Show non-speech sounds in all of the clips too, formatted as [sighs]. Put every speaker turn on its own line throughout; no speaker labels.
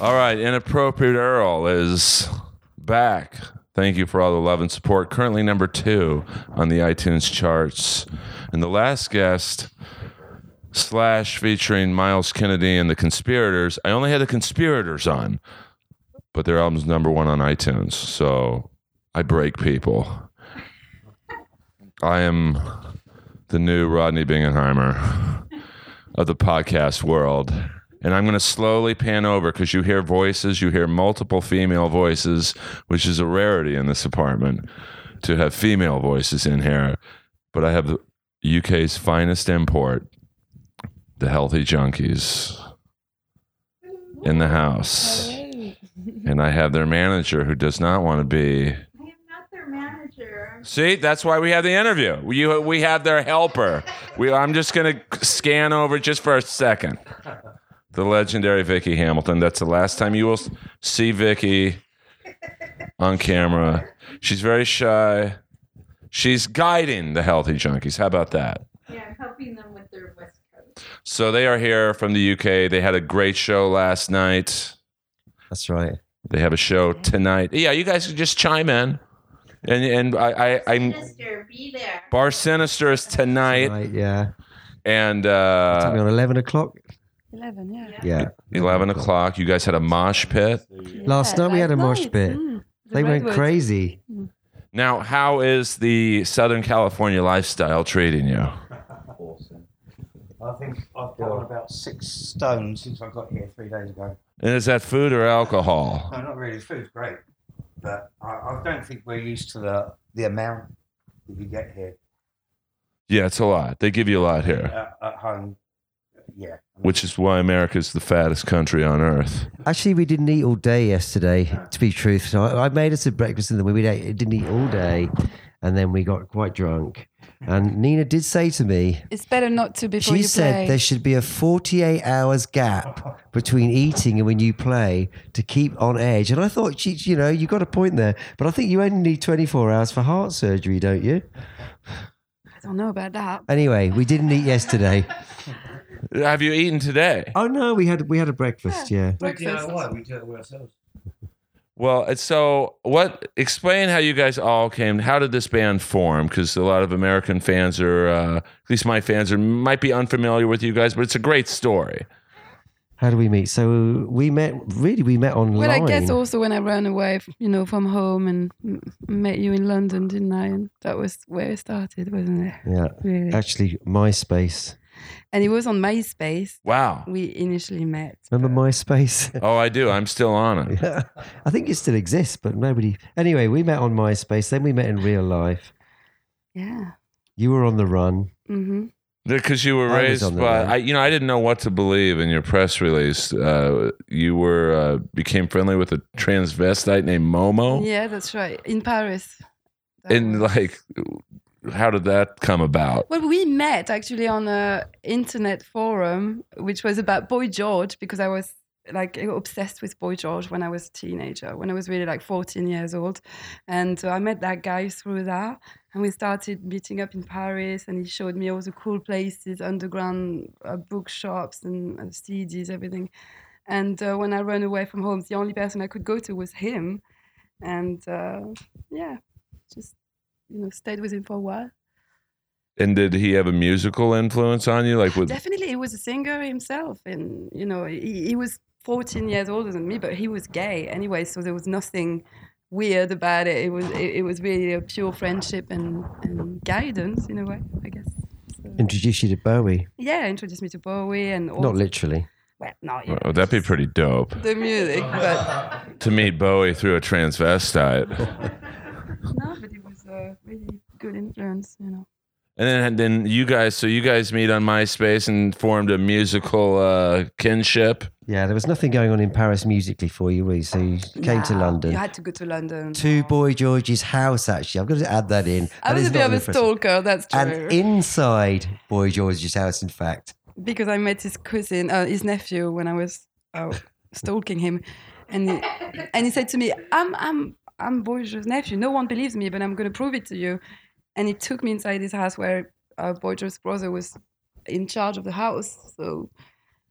All right, inappropriate Earl is back. Thank you for all the love and support. Currently number two on the iTunes charts, and the last guest slash featuring Miles Kennedy and the Conspirators. I only had the Conspirators on, but their album's number one on iTunes, so I break people. I am the new Rodney Bingenheimer of the podcast world. And I'm going to slowly pan over because you hear voices, you hear multiple female voices, which is a rarity in this apartment to have female voices in here. But I have the UK's finest import, the healthy junkies, in the house. And I have their manager who does not want to be.
I am not their manager.
See, that's why we have the interview. We, you, we have their helper. We, I'm just going to scan over just for a second. The legendary Vicky Hamilton. That's the last time you will s- see Vicky on camera. She's very shy. She's guiding the healthy junkies. How about that?
Yeah, I'm helping them with their West Coast.
So they are here from the UK. They had a great show last night.
That's right.
They have a show tonight. Yeah, you guys can just chime in. And and I, I I'm
Sinister, be there.
Bar Sinister is tonight.
Right, yeah.
and
Took me
uh,
on 11 o'clock.
11, yeah.
Yeah.
11 o'clock you guys had a mosh pit
Last night we had a mosh pit.
mm.
They went crazy.
now how is the southern california lifestyle treating you
awesome. I think I've put on about six stones since I got here three days ago.
and is that food or alcohol
No, not really. Food's great, but I, I don't think we're used to the the amount that you get here
yeah it's a lot they give you a lot here
uh, at, at home. Yeah,
which is why america's the fattest country on earth
Actually, we didn't eat all day yesterday, to be truthful. I, I made us a breakfast in the morning. We ate- didn't eat all day. And then we got quite drunk. And Nina did say to me,
It's better not to before
she
you
said
play.
there should be a 48 hours gap between eating and when you play to keep on edge. And I thought, she, you know, you got a point there. But I think you only need 24 hours for heart surgery, don't you?
I don't know about that.
Anyway, we didn't eat yesterday.
have you eaten today
Oh no, we had we had a breakfast. Yeah,
we do
Breakfast.
it why we do it ourselves.
well it's so what explain how you guys all came how did this band form because a lot of american fans are uh, at least my fans are might be unfamiliar with you guys but it's a great story
how do we meet? So we met. Really, we met online.
Well, I guess also when I ran away, f- you know, from home and m- met you in London, didn't I? And that was where it started,
[laughs]
wasn't it?
yeah,
Really.
actually, MySpace.
And it was on MySpace
wow
we initially met.
Remember
[laughs]
MySpace?
oh i do i'm still on it
yeah, [laughs] I think it still exists, but nobody. Anyway, we met on MySpace. Then we met in real life.
Yeah.
You were on the run.
Mm-hmm.
Because you were
I was
raised
on the
by,
run.
I, you know, I didn't know what to believe in your press release. Uh, you were uh, became friendly with a transvestite named
Oh.
Momo,
Yeah, that's right. In Paris. That
and
was-
like, how did that come about?
Well, we met actually on a internet forum, which was about Boy George, because I was like obsessed with Boy George when I was a teenager, when I was really like 14 years old. And so I met that guy through that. And we started meeting up in Paris, and he showed me all the cool places, underground uh, bookshops and uh, CDs, everything. And uh, when I ran away from home, the only person I could go to was him. And uh, yeah, just, you know, stayed with him for a while.
And did he have a musical influence on you? Like, with
Definitely, he was a singer himself, and you know, he, he was 14 years older than me, but he was gay anyway, so there was nothing weird about it. It was it, it was really a pure friendship and, and guidance in a way, I guess. So-
Introduced you to Bowie.
yeah, introduced me to Bowie and all.
Not literally.
well, no, you
Well,
know,
would that oh, be pretty dope
[laughs] the
[laughs]
music, but
to meet Bowie through a transvestite?
no, but it was a really good influence, you know.
And then, and then you guys, so you guys meet on MySpace and formed a musical uh, kinship.
Yeah, there was nothing going on in Paris musically for you, really. So you came to
Nah,
London.
You had to go to London.
to Boy George's house, actually. I've got to add that in.
I
That
was
is
a bit
not
of a
reference.
stalker. That's true.
And inside Boy George's house, in fact.
because I met his cousin, uh, his nephew, when I was uh, stalking him, and he, and he said to me, "I'm I'm I'm Boyjo's nephew. No one believes me, but I'm going to prove it to you." And he took me inside his house where uh, Boyjo's brother was in charge of the house. So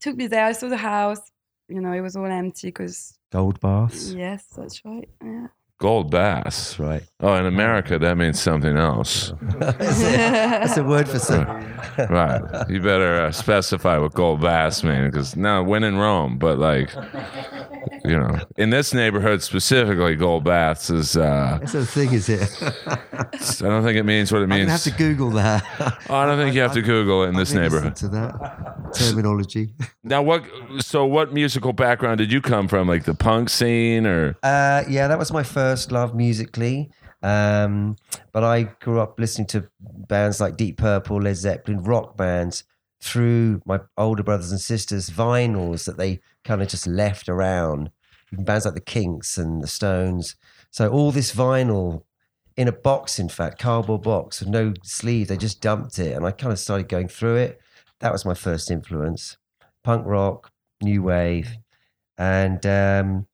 took me there. I saw the house. you know, it was all empty because,
Gold baths.
yes, that's right.
[laughs]
Gold bass.
That's right.
Uh,
Oh, in America, that means something else.
that's, a,
Yeah. [laughs]
that's a word for something.
Right. You better uh, specify what gold bass means because now when in Rome, but like, you know, in this neighborhood specifically, gold baths is, uh,
That's a thing, is it? [laughs]
I don't think it means what it
I'm
means.
gonna have to Google that.
Oh, I don't think you have to Google it [laughs] in this
I'm innocent
neighborhood.
To that terminology.
Now, what? So, what musical background did you come from? Like the punk scene, or
Uh, yeah, that was my first love musically. Um, but I grew up listening to bands like Deep Purple, Led Zeppelin, rock bands through my older brothers and sisters' vinyls that they kind of just left around. Even bands like the Kinks and the Stones. So all this vinyl in a box, in fact, cardboard box with no sleeve. They just dumped it, and I kind of started going through it. That was my first influence: punk rock, new wave, and um,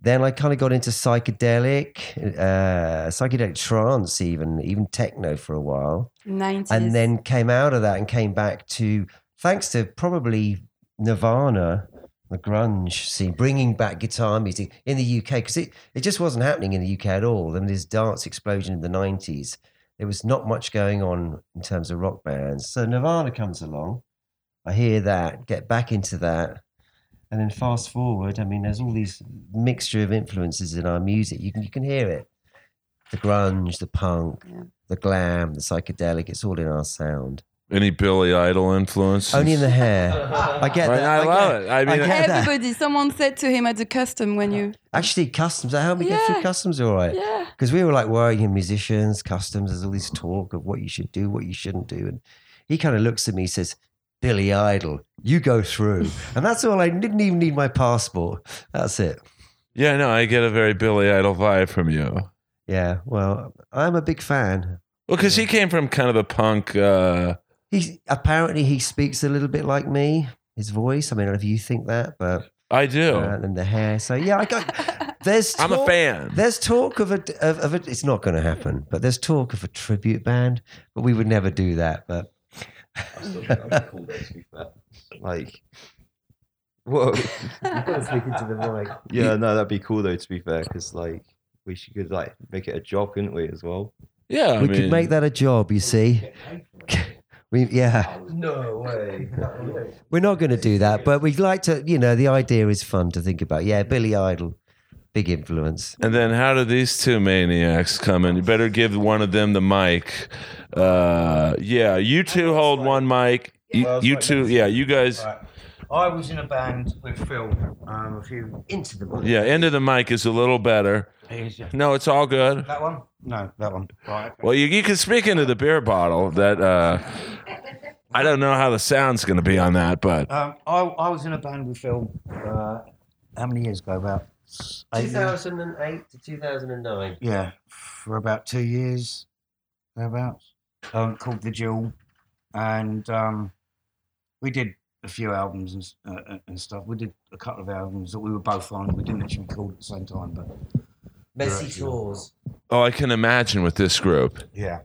then I kind of got into psychedelic, uh, psychedelic trance, even even techno for a while,
90s.
and then came out of that and came back to thanks to probably Nirvana, the grunge scene, bringing back guitar music in the UK because it it just wasn't happening in the UK at all. I mean, this dance explosion in the nineties, there was not much going on in terms of rock bands. So Nirvana comes along, I hear that, get back into that. And then fast forward, I mean, there's all these mixture of influences in our music. You can, you can hear it the grunge, the punk,
Yeah.
the glam, the psychedelic. It's all in our sound.
any Billy Idol influence?
Only in the hair. I get
[laughs] Right,
that.
I love it. I
I
mean,
get- Yeah, that-
Everybody, someone said to him at the custom when you,
Actually, customs, that helped me get through
Yeah.
customs all right.
[laughs] yeah,
because we were like worrying him musicians customs there's all this talk of what you should do what you shouldn't do and he kind of looks at me says billy idol you go
[laughs]
through and that's all i didn't even need my passport that's it
yeah, no, I get a very Billy Idol vibe from you.
yeah well i'm a big fan
Well, because he
Yeah.
came from kind of a punk. Uh,
he apparently he speaks a little bit like me his voice i mean i don't know if you think that but
I do.
uh, and the hair so yeah i got there's
[laughs] I'm a
talk-
fan.
There's talk of a, of, of a it's not going to happen, but there's talk of a tribute band, but we would never do that. [laughs] But like,
Whoa.
speaking to the mic.
Yeah, no, that'd be cool though. To be fair, because like we should could like make it a job, couldn't we? As well.
yeah, I
we
mean,
could make that a job, you [laughs] see. we yeah,
No way.
we're not going to do that, but we'd like to. You know, the idea is fun to think about. Yeah, Billy Idol, big influence.
And then how do these two maniacs come in? You better give one of them the mic. Uh, yeah, you two hold one mic. You,
Well, it's
you
like
two,
this.
yeah, you guys.
Right. I was in a band with Phil um, a few into the
Yeah, end of the mic is a little better.
Here's your-
No, it's all good.
That one? No, that one. Right. okay.
Well, you, you can speak into the beer bottle. That uh, I don't know how the sound's going to be on that, but
Um, I, I was in a band with Phil. Uh, how many years ago? About
uh,
eight years.
2008 to 2009.
Yeah, for about two years, thereabouts. Um, called the Jewel, and um, we did a few albums and, s- uh, uh, and stuff. We did a couple of albums that we were both on. We didn't actually record at the same time, but
Messy tours.
oh, I can imagine with this group.
yeah.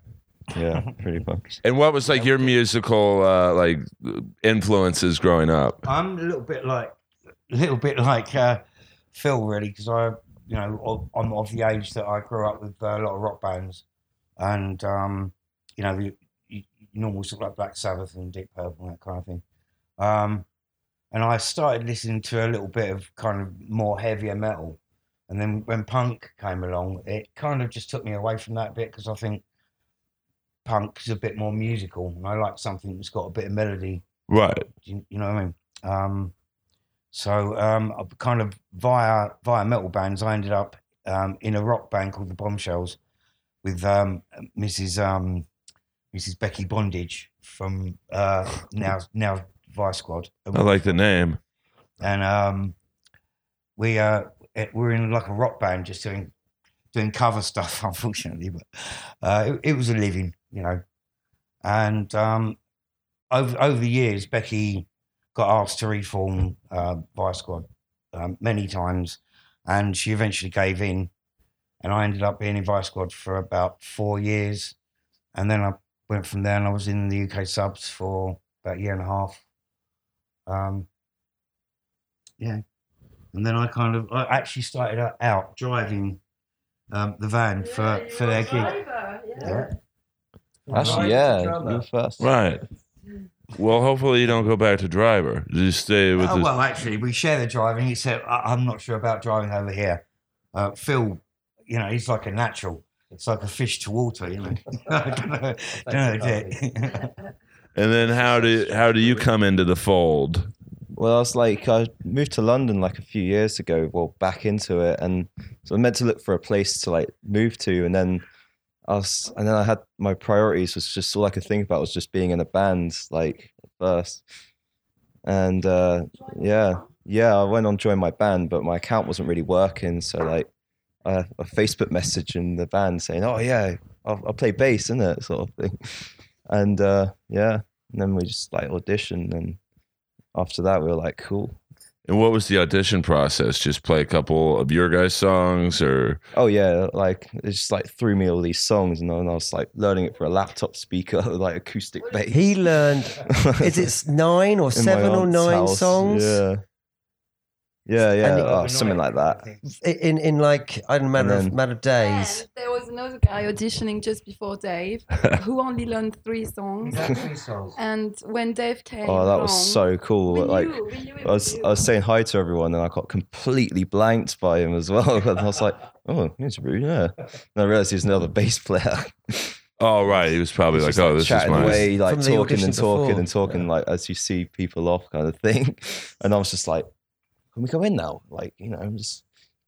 Yeah, pretty much.
And what was like your musical uh, like influences growing up?
I'm a little bit like, a little bit like uh, Phil, really, because I, you know, of- I'm of the age that I grew up with uh, a lot of rock bands, and um, you know, the y- y- normal sort of like Black Sabbath and Deep Purple and that kind of thing. Um, and I started listening to a little bit of kind of more heavier metal, and then when punk came along, it kind of just took me away from that bit because I think punk is a bit more musical, and I like something that's got a bit of melody
Right.
do you, you know what I mean? Um, so um, I- kind of via via metal bands, I ended up um, in a rock band called the Bombshells with um, Mrs. Um, Mrs. Becky Bondage from uh, now now Vice Squad,
I like the name.
and um, we uh, it- we're in like a rock band, just doing doing cover stuff, [laughs] unfortunately. But uh, it, it was a living, you know. And um, over over the years, Becky got asked to reform uh, Vice Squad um, many times, and she eventually gave in. And I ended up being in Vice Squad for about four years, and then I went from there, and I was in the UK subs for about a year and a half. Um, yeah, and then I kind of I actually started out- out driving um, the van for for their gig.
Yeah.
Actually,
Right,
yeah,
drama.
you're first.
Right. Well, hopefully you don't go back to driver. You stay with
Oh,
this.
well, actually, we share the driving. He said, I- "I'm not sure about driving over here." Uh, Phil, you know, he's like a natural. It's like a fish to water, you know. [laughs] I don't know, don't know [laughs] Dick.
And then how do how do you come into the fold?
Well, I was like, I moved to London like a few years ago, well, back into it, and so I meant to look for a place to like move to, and then I was, and then I had my priorities was just all I could think about was just being in a band, like at first, and uh, yeah, yeah, I went on join my band, but my account wasn't really working, so like I had a Facebook message in the band saying, oh yeah, I'll, I'll play bass, in it, sort of thing, and uh, yeah, and then we just like auditioned and after that, we were like, cool.
And what was the audition process? Just play a couple of your guys' songs, or
Oh yeah, like it just like threw me all these songs, and I and I was like learning it for a laptop speaker, [laughs] with, like acoustic bass.
He learned. Is it nine or
[laughs] In my
seven or
aunt's
nine
house,
songs?
Yeah, yeah, yeah,
And-
oh, something like that.
In in like I don't know, matter of
then-
matter of days.
And there was another guy auditioning just before
[laughs]
Dave, who only learned three songs.
[laughs]
And when Dave came,
Oh, that
along,
was so cool.
we
like.
knew, we knew it
I was,
you.
I was saying hi to everyone and I got completely blanked by him as well. [laughs] And I was like, oh, he's rude, yeah. And I realized he was another bass player.
oh right, he was probably like,
Just,
oh, this is
chatting
mine.
away, like
From the
talking
audition
and talking
before.
and talking, like as you see people off, kind of
[laughs]
thing. And I was just like, "Can we go in now?" Like, you know, I'm just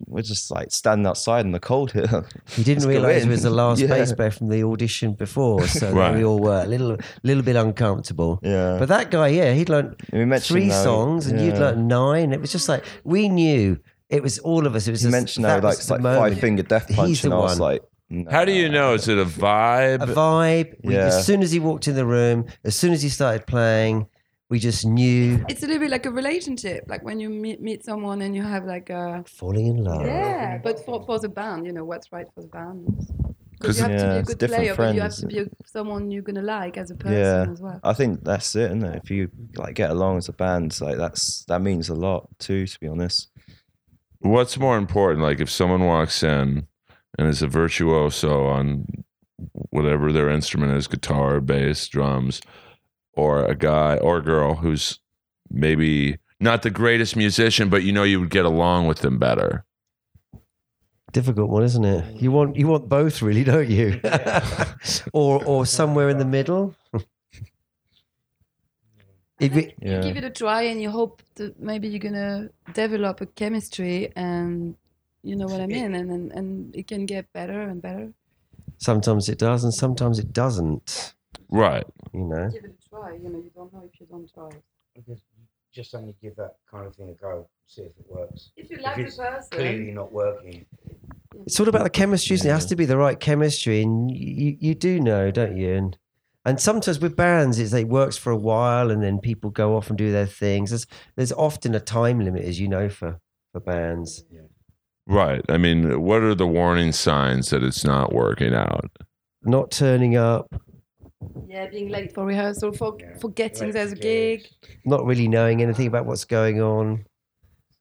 we're just like standing outside in the cold here.
He didn't
Let's go
realise it
in.
was the last
[laughs] Yeah.
bass player from the audition
[laughs]
before, so
Right.
we all were a little little bit uncomfortable.
yeah,
But that guy, yeah, he'd learned
And we mentioned
three
that-
songs and you'd
yeah.
learned nine. It was just like we knew it was all of us. It was
You
just,
mentioned that,
was
like,
the
like
moment.
five finger death
He's
punch, and
the
I was
one.
like, nah.
How do you know? Is it a vibe?
a vibe. We,
Yeah.
As soon as he walked in the room, as soon as he started playing, we just knew
it's a little bit like a relationship, like when you meet, meet someone and you have like a
falling in love.
yeah, but for, for the band, you know what's right for the band.
'Cause-
Because you have to be
Yeah,
a
it's
good
different
player, but you have
friends.
to be a, someone you're gonna like as a person
Yeah.
as well.
I think that's it, isn't it? If you like get along as a band, like that's that means a lot too. To be honest,
What's more important? Like if someone walks in and is a virtuoso on whatever their instrument is guitar, bass, drums, or a guy or girl who's maybe not the greatest musician, but you know you would get along with them better.
Difficult one, isn't it? You want you want both, really, don't you? [laughs] or or somewhere in the middle. [laughs] If it-
You
yeah,
give it a try and you hope that maybe you're gonna develop a chemistry and you know what I mean, and and, and it can get better and better.
sometimes it does, and sometimes it doesn't.
Right.
You know.
Give it a try. You know, you don't know if you don't try.
Just only give that kind of thing a go, see if it works.
If you
like the it's Clearly not working.
it's all about the chemistry, isn't it? It has to be the right chemistry, and you, you do know, don't you? And and sometimes with bands, it's it works for a while, and then people go off and do their things. There's there's often a time limit, as you know, for for bands.
Right. I mean, what are the warning signs that it's not working out?
[laughs]
Not turning up,
Yeah, being late for rehearsal, for
Yeah.
forgetting
Like,
there's a
[laughs]
yeah,
gig.
not really knowing anything about what's going on.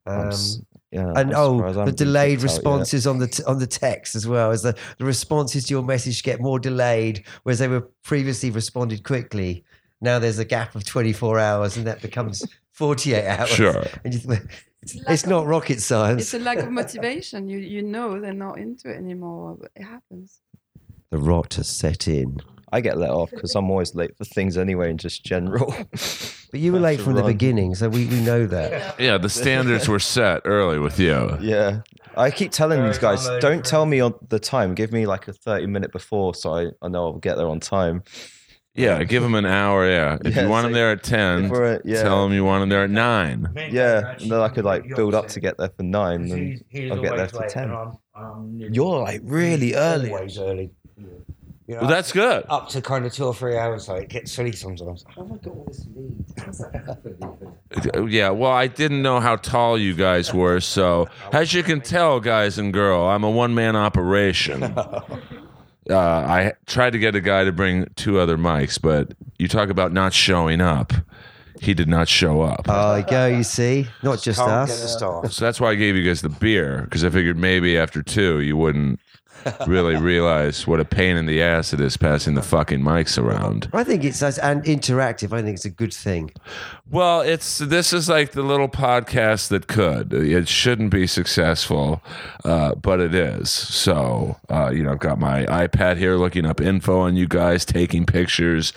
I'm
Um,
s- yeah.
and
I'm
oh, the
surprised I haven't been
delayed
kicked out yet.
responses on the t- on the text as well as the, the responses to your message get more delayed, whereas they were previously responded quickly. Now there's a gap of 24 hours, and that becomes 48 hours.
Sure.
And you think,
lack
it's not
of-
rocket science. [laughs]
It's a lack of motivation. You you know they're not into it anymore. but It happens.
the rot has set in.
I get let off because I'm always late for things anyway, in just general. [laughs]
But you were
Have
late
to
from the
run.
beginning, so we, we know [laughs] that.
Yeah, the standards were set early with you.
Yeah, I keep telling these
Very
guys,
common
don't tell
occurrence.
me on the time. Give me like a thirty minute before, so I, I know I'll get there on time.
Yeah, give them an hour. Yeah. If
Yeah,
you want them
so
there at
If
10,
we're at- yeah,
tell them you want them there at 9.
yeah, and then I could like build up to get there for nine. And
He's, he's
I'll get there
always
for
late
10.
and I'm- I'm nearly-
You're, like, really
He's
early.
Always early. You know,
Well, that's good.
up to kind of two or three hours. Like it gets silly sometimes.
Oh
Oh, Yeah, well, I didn't know how tall you guys were, so as you can tell, guys and girl, I'm a one man operation. Uh, I tried to get a guy to bring two other mics, but you talk about not showing up. he did not show up.
Oh, you go, you see. Not just
Can't get the
us.
staff.
so that's why I gave you guys the beer because I figured maybe after two you wouldn't really realize what a pain in the ass it is passing the fucking mics around.
I think it's nice and interactive. I think it's a good thing.
Well, it's this is like the little podcast that could. It shouldn't be successful, uh, but it is. So uh, you know, I've got my iPad here, looking up info on you guys, taking pictures,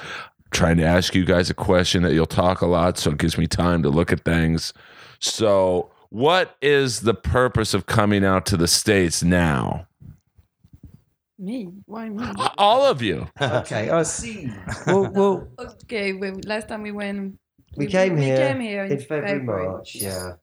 trying to ask you guys a question that you'll talk a lot, so it gives me time to look at things. So, what is the purpose of coming out to the states now?
Me? Why me?
All of you.
[laughs] Okay. I see. [laughs] Well, well
okay, we, last time we went.
we came here.
We came here in,
in February, March. Yeah.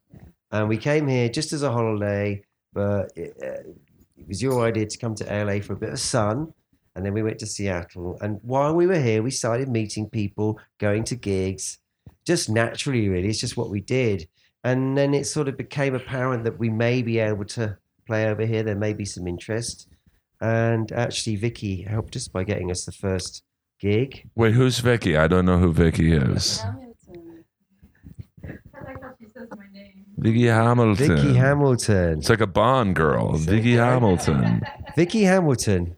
And we came here just as a holiday, but it, uh, it was your idea to come to LA for a bit of sun. And then we went to Seattle. And while we were here, we started meeting people, going to gigs, just naturally, really. It's just what we did. And then it sort of became apparent that we may be able to play over here. There may be some interest. And actually, Vicky helped us by getting us the first gig.
Wait, who's Vicky? I don't know who Vicky is.
Hamilton.
I like how she says my name.
Vicky Hamilton.
Vicky Hamilton.
It's like a Bond girl, Vicky Hamilton.
Vicky Hamilton.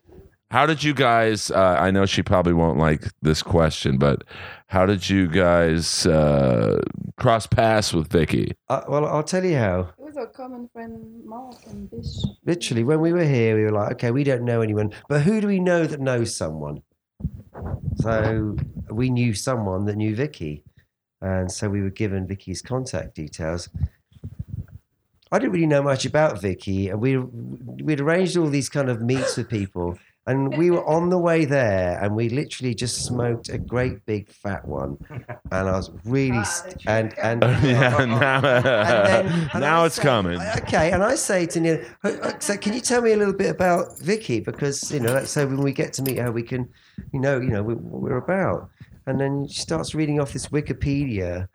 How did you guys? Uh, I know she probably won't like this question, but how did you guys uh, cross paths with Vicky?
Uh, well, I'll tell you how.
It was our common friend Mark and Bish.
Literally, when we were here, we were like, okay, we don't know anyone, but who do we know that knows someone? So we knew someone that knew Vicky, and so we were given Vicky's contact details. I didn't really know much about Vicky, and we we'd arranged all these kind of meets with people, and we were on the way there, and we literally just smoked a great big fat one, and I was really st- and
Oh,
[laughs]
and
[laughs]
yeah, now,
and then-
[laughs]
and
now
I
it's
say-
coming.
I- Okay, and I say to Neil, "Oh, oh, so can you tell me a little bit about Vicky? Because you know, so when we get to meet her, we can, you know, you know, we, what we're about. And then she starts reading off this Wikipedia.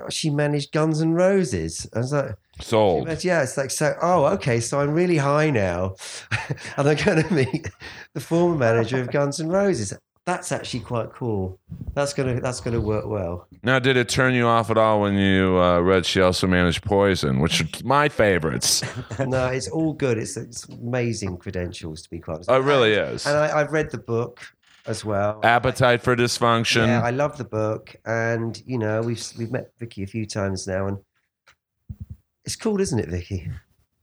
Oh, She managed Guns and Roses. I was like,
Sold.
yeah, it's like so. Oh, okay, so I'm really high now, [laughs] and I'm going to meet the former manager of Guns and Roses. That's actually quite cool. That's gonna that's gonna work well.
Now, did it turn you off at all when you uh, read she also managed Poison, which are my favorites?
No, it's all good. It's, it's amazing credentials to be quite honest.
Oh, It really is.
And [laughs] I, I've read the book as well.
Appetite for Dysfunction.
Yeah, I love the book, and you know we've we've met Vicky a few times now, and it's cool, isn't it, Vicky?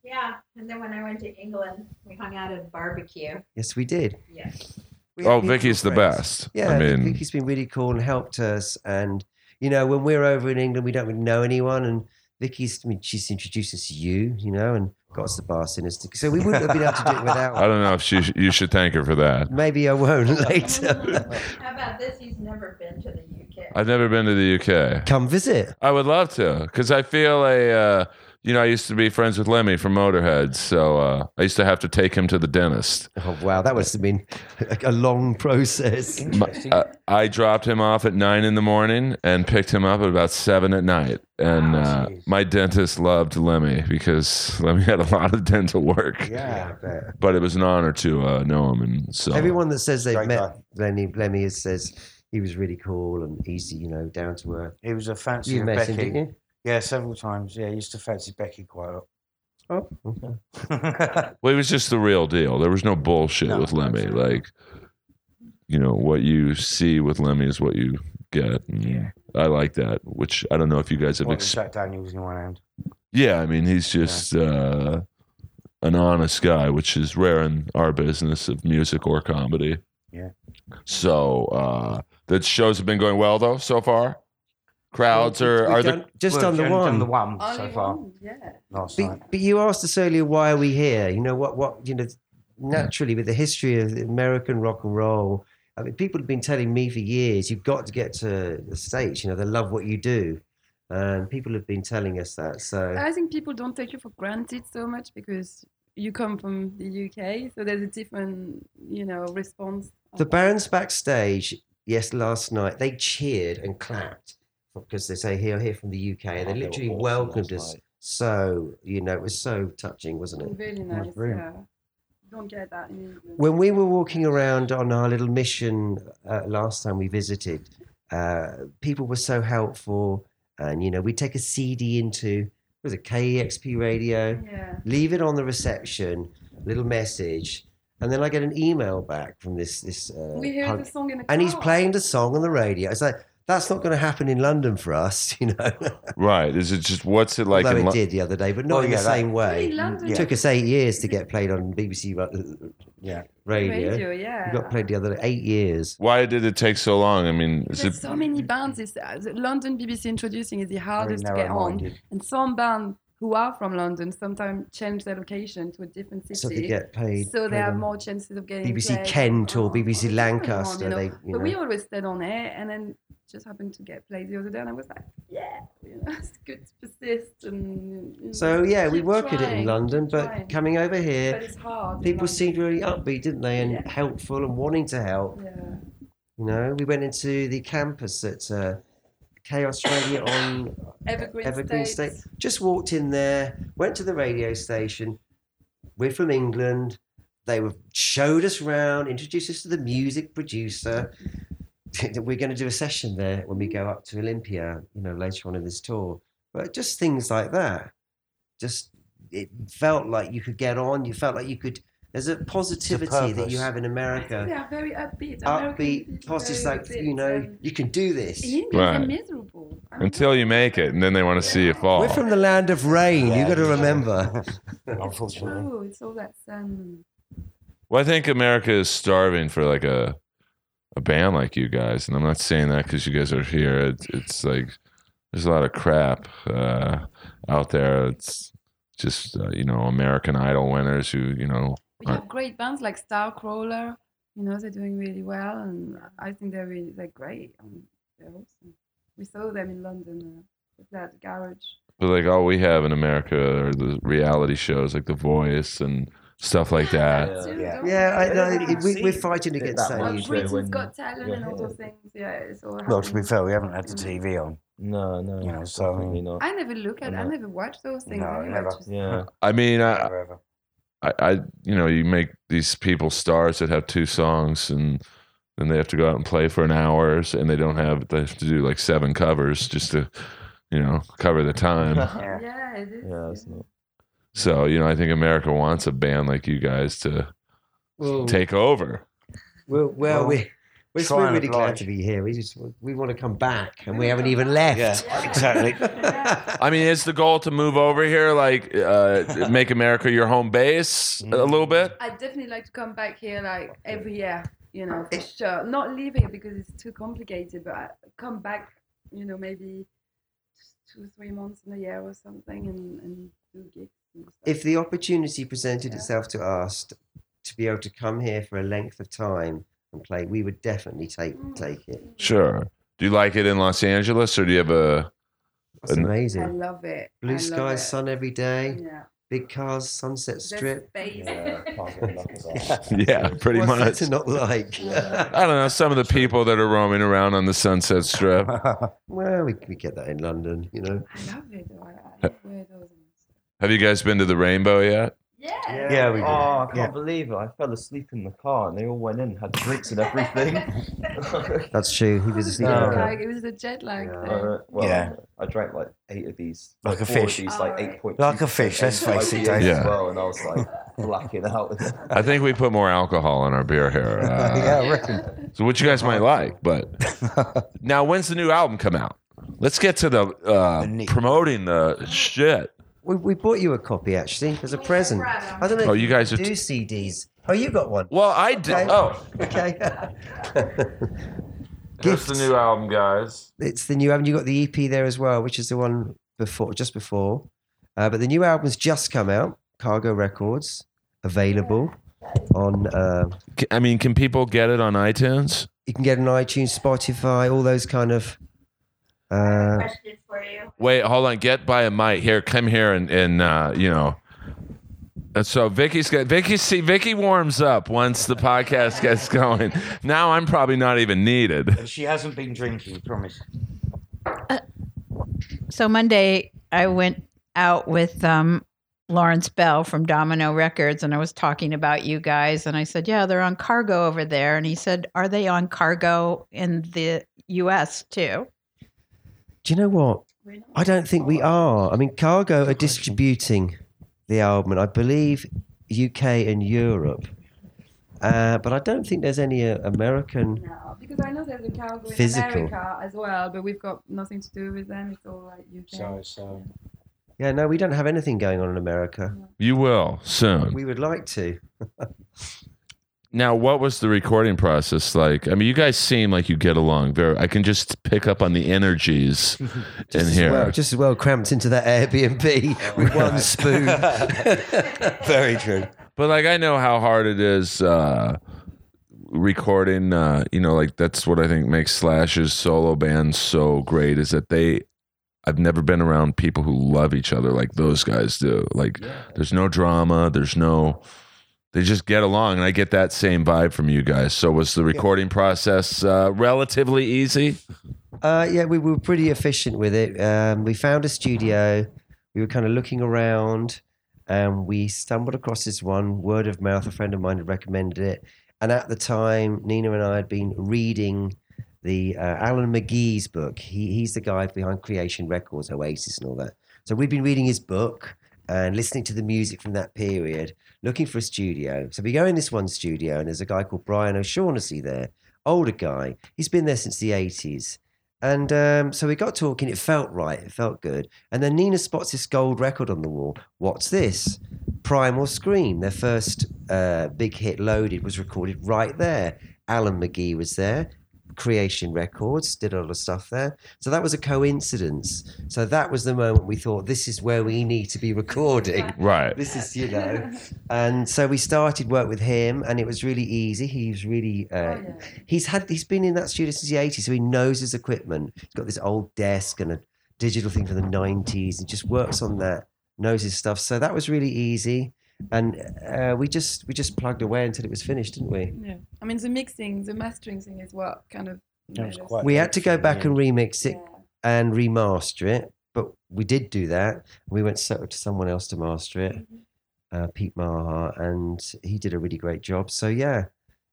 Yeah. And then when I went to England, we hung out at barbecue.
Yes, we did.
Yes.
We had
oh,
mutual
Vicky's the
friends.
best.
Yeah,
I
I think
mean,
Vicky's been really cool and helped us. And you know, when we're over in England, we don't really know anyone, and Vicky's I mean, she's introduced us to you, you know, and got us the bar sinister. So we wouldn't have been able to do it
[laughs]
without.
I
her.
don't know if she sh- you should thank her for that.
Maybe I won't [laughs] later.
How about this? He's never been to the UK.
I've never been to the UK.
Come visit.
I would love to, because I feel a, uh, you know, I used to be friends with Lemmy from Motorhead, so uh, I used to have to take him to the dentist.
Oh wow, that must have been a, a long process.
Interesting.
Uh, I dropped him off at nine in the morning and picked him up at about seven at night. And uh,
Jeez.
my dentist loved Lemmy because [laughs] Lemmy had a lot of dental work,
yeah.
I bet.
but it was an honor to uh, know him. And so
Everyone that says they've
Great
met
guy.
Lemmy, Lemmy is, says he was really cool and easy, you know, down to earth.
He was a fancy
You
of
met
Becky.
him, didn't you?
Yeah, several times. Yeah, he used to fancy Becky quite a [laughs]
Oh, okay.
lot.
Well, it was just the real deal. There was no bullshit
No,
with Lemmy.
absolutely.
Like, you know, what you see with Lemmy is what you get. And
Yeah.
I like that, which I don't know if you guys have.
What was
Ex-
Jack Daniels in one hand?
yeah, I mean, he's just uh, an honest guy, which is rare in our business of music or comedy.
Yeah.
So uh, the shows have been going well, though, so far. Crowds are,
We've
are the
done- just
Well,
done
we've
the
only
one.
Done the one so
Only
far.
one, yeah.
Last night.
But, but you asked us earlier, why are we here? You know what? What you know, naturally with the history of the American rock and roll, I mean, people have been telling me for years, you've got to get to the states. You know, they love what you do, and people have been telling us that. So
I think people don't take you for granted so much because you come from the UK, so there's a different, you know, response.
the bands backstage, yes, last night they cheered and clapped because they say here, here from the UK, and they
They were
literally
awesome
welcomed
last
us.
night.
So you know, it was so touching, wasn't it?
Really
That's
nice. Yeah.
brilliant.
Don't get that in England.
when we were walking around on our little mission uh, last time we visited, uh, people were so helpful. And, you know, we take a CD into, what was it KEXP radio?
Yeah.
leave it on the reception, little message, and then I get an email back from this this uh,
We hear
punk,
the song in a
and he's
car.
playing the song on the radio. It's like that's not going to happen in London for us, [laughs] you know.
Right. Is it just what's it like
Although
in
it
Lo-
did the other day, but not
Well,
in the
yeah, that-
same
Really,
way.
London
It
Yeah.
took us eight years to get played on BBC ra- uh,
Yeah.
radio.
radio, yeah.
We got played the other day, eight years.
Why did it take so long? I mean, is it
There's so many bands. It's, uh, the London BBC introducing is the
Very
hardest to get on,
narrow-minded.
and some bands who are from London sometimes change their location to a different city.
So they get played.
so they
played
have
on-
more chances of getting
BBC
played.
Kent or BBC
it's
Lancaster,
everyone, you know.
they- you
but we
know.
always stayed on air, and then just happened to get played the other day, and I was like, yeah, [laughs] you know, it's good to persist and. you know,
So yeah, we
keep
work at it in
trying,
London,
keep
but
trying.
coming over here,
But it's hard. in
people
London.
seemed really upbeat, didn't they? And
Yeah.
helpful and wanting to help.
Yeah.
You know, we went into the campus at uh, Chaos Radio on
Evergreen,
Evergreen State.
States.
Just walked in there, went to the radio station. We're from England. They were showed us round, introduced us to the music producer. [laughs] We're going to do a session there when we go up to Olympia, you know, later on in this tour. But just things like that. Just it felt like you could get on. You felt like you could. There's a positivity that you
purpose.
have in America
They are very upbeat. American
upbeat,
people um, are
positive,
very
like
upbeat,
you know,
and
you can do this.
in England,
Right.
they're miserable. I mean,
until you make it, and then they want to see you fall?
We're from the land of rain.
Yeah,
You've got to [laughs]
yeah.
remember.
[laughs] Unfortunately.
Oh, it's all that sun.
Well, I think America is starving for like a a band like you guys, and I'm not saying that because you guys are here. It's, it's like there's a lot of crap uh, out there. It's just uh, you know American Idol winners who you know
We
Right.
have great bands like Starcrawler. You know, they're doing really well, and I think they're really they're great. Um, they're awesome. We saw them in London uh, at that garage.
but like all we have in America are the reality shows like The Voice and stuff like
[laughs]
that.
Yeah.
Dude,
Yeah.
Oh,
don't
yeah, I
we?
know.
Yeah.
it- we, we're fighting
Get
against
that
that.
one.
Well,
usually
Britain's
when
got talent
you're
and all
here.
those things. Yeah, it's all.
Well, to be
happening. Mm.
fair, we haven't had the TV on.
No, no,
You know, so-
definitely not.
I never look at. I
No.
never watch those things.
No,
anyway,
never.
just-
yeah,
I mean, I,
Never, ever.
I, I, you know, you make these people stars that have two songs and then they have to go out and play for an hour and they don't have, they have to do like seven covers just to, you know, cover the time. [laughs]
Yeah.
Yeah, it is.
yeah,
yeah.
it's not.
so, you know, I think America wants a band like you guys to
Well,
take Oh. over.
well, well,
Well,
we. We're,
try
we're
and
really glad
oblige.
to be here. We just we want to come back, and we
We wanna
haven't
come
even
back.
left.
Yeah.
Exactly.
I mean, is the goal to move over here, like [laughs] uh, make America your home base a little bit?
I definitely like to come back here like every year, you know, for sure. Not leave here because it's too complicated, but I come back, you know, maybe two, three months in a year or something and, and do gigs. And stuff.
if the opportunity presented
Yeah.
itself to us t- to be able to come here for a length of time and play, we would definitely take
Mm.
take it.
Sure. Do you like it in Los Angeles or do you have a,
It's
And-
I
amazing.
love it. I
Blue
love
skies,
it. Mm.
sun every day,
Yeah.
big cars, sunset
There's
strip.
space. [laughs]
yeah, pretty
What's that
much.
to not
[laughs]
like.
I don't know. Some of the people that are roaming around on the Sunset Strip.
[laughs] well, we, we get that in London, you know.
I love it. though. I, I wear those. and stuff.
Have you guys been to the Rainbow yet?
Yeah.
Yeah, we do.
Oh, I can't
Yeah.
believe it! I fell asleep in the car, and they all went in, had drinks and everything. [laughs]
That's true. He was a
It
sleeper.
was
No.
jet lag. It was the jet lag.
Yeah. Um,
thing.
Uh, well,
Yeah.
I drank like eight of these,
Like a
four of
fish.
these, like
Alright.
eight point.
Like a fish, let's face it, Dave.
Yeah.
As well, and I was
[laughs]
like blacking out. [laughs]
I think we put more alcohol in our beer
[laughs]
here. Uh,
yeah, I reckon.
So what you guys might like, but
[laughs]
now when's the new album come out? Let's get to the uh,
The neat.
promoting the shit.
We, we bought you a copy actually as a present. I don't know.
Oh,
if
you guys are
do
t-
CDs. Oh, you
[laughs]
got one.
Well, I did.
Okay.
Oh,
Okay.
here's
Gifts.
the new album, guys.
it's the new album. You got the EP there as well, which is the one before, just before. Uh, but the new album's just come out. Cargo Records available on. Uh,
C- I mean, can people get it on iTunes?
you can get it on iTunes, Spotify, all those kind of. Uh,
Question for you.
Wait, hold on. Get by a mic here. Come here and and uh, you know. And so Vicky's got Vicky. See, Vicky warms up once the podcast gets [laughs] going. Now I'm probably not even needed.
And she hasn't been drinking, promise.
So Monday, I went out with um, Lawrence Bell from Domino Records, and I was talking about you guys, and I said, "Yeah, they're on Cargo over there," and he said, "Are they on Cargo in the U.S. too.
Do you know what?
We're not-
I don't think we are. I mean, Cargo are
question.
distributing the album, and I believe UK and Europe. Uh, but I don't think there's any uh, American.
No, because I know there's a cowboy
Physical.
in America as well, but we've got nothing to do with them. It's all like UK.
So it's uh,
Yeah, no, we don't have anything going on in America.
You will soon.
We would like to.
Now, what was the recording process like? I mean, you guys seem like you get along very. I can just pick up on the energies in
as
here.
well, just as well cramped into that
[laughs]
Airbnb with one spoon.
very true.
but like, I know how hard it is uh, recording. Uh, you know, like that's what I think makes Slash's solo band so great is that they. I've never been around people who love each other like those guys do. Like, there's no drama. There's no. They just get along, and I get that same vibe from you guys. So, was the recording process uh, relatively easy?
Uh, yeah, we were pretty efficient with it. Um, we found a studio. We were kind of looking around, and we stumbled across this one word of mouth. A friend of mine had recommended it, and at the time, Nina and I had been reading the uh, Alan McGee's book. He, he's the guy behind Creation Records, Oasis, and all that. So we'd been reading his book and listening to the music from that period, looking for a studio. So we go in this one studio, and there's a guy called Brian O'Shaughnessy there, older guy. He's been there since the 80s. And um, so we got talking. It felt right. It felt good. And then Nina spots this gold record on the wall. What's this? Primal Scream, their first uh, big hit, Loaded, was recorded right there. Alan McGee was there. Creation Records did a lot of stuff there. So that was a coincidence. So that was the moment we thought this is where we need to be
[laughs]
recording
Right.
this
[laughs]
is you know and so we started work with him and it was really easy he was really uh,
Oh, yeah.
he's had he's been in that studio since the 80s so he knows his equipment he's got this old desk and a digital thing from the 90s and just works on that knows his stuff so that was really easy and uh, we just we just plugged away until it was finished didn't we
Yeah. I mean, the mixing, the mastering thing is what kind of.
That was
made us-
quite-
we had to go back and remix it
Yeah.
and remaster it. But we did do that. We went so, to someone else to master it, uh, Pete Maher, and he did a really great job. So yeah,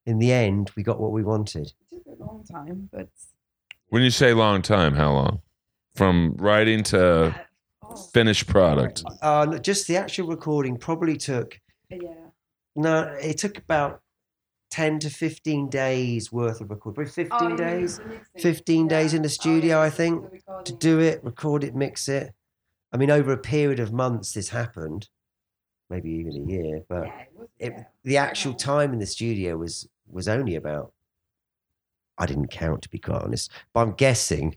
in the end, we got what we wanted.
It took a long time, but.
When you say long time, how long? From writing to
Oh,
finished product.
Uh, look, just the actual recording probably took
yeah.
no, it took about ten to fifteen days worth of recording. Probably
Oh,
fifteen
you mean
days.
the mixing.
15 days in the
Oh, yeah,
studio, I
the
think, to
recording.
do it, record it, mix it. I mean, over a period of months, this happened, maybe even a year. But
Yeah, it was,
it,
yeah.
the actual time in the studio was was only about I didn't count to be quite honest, but I'm guessing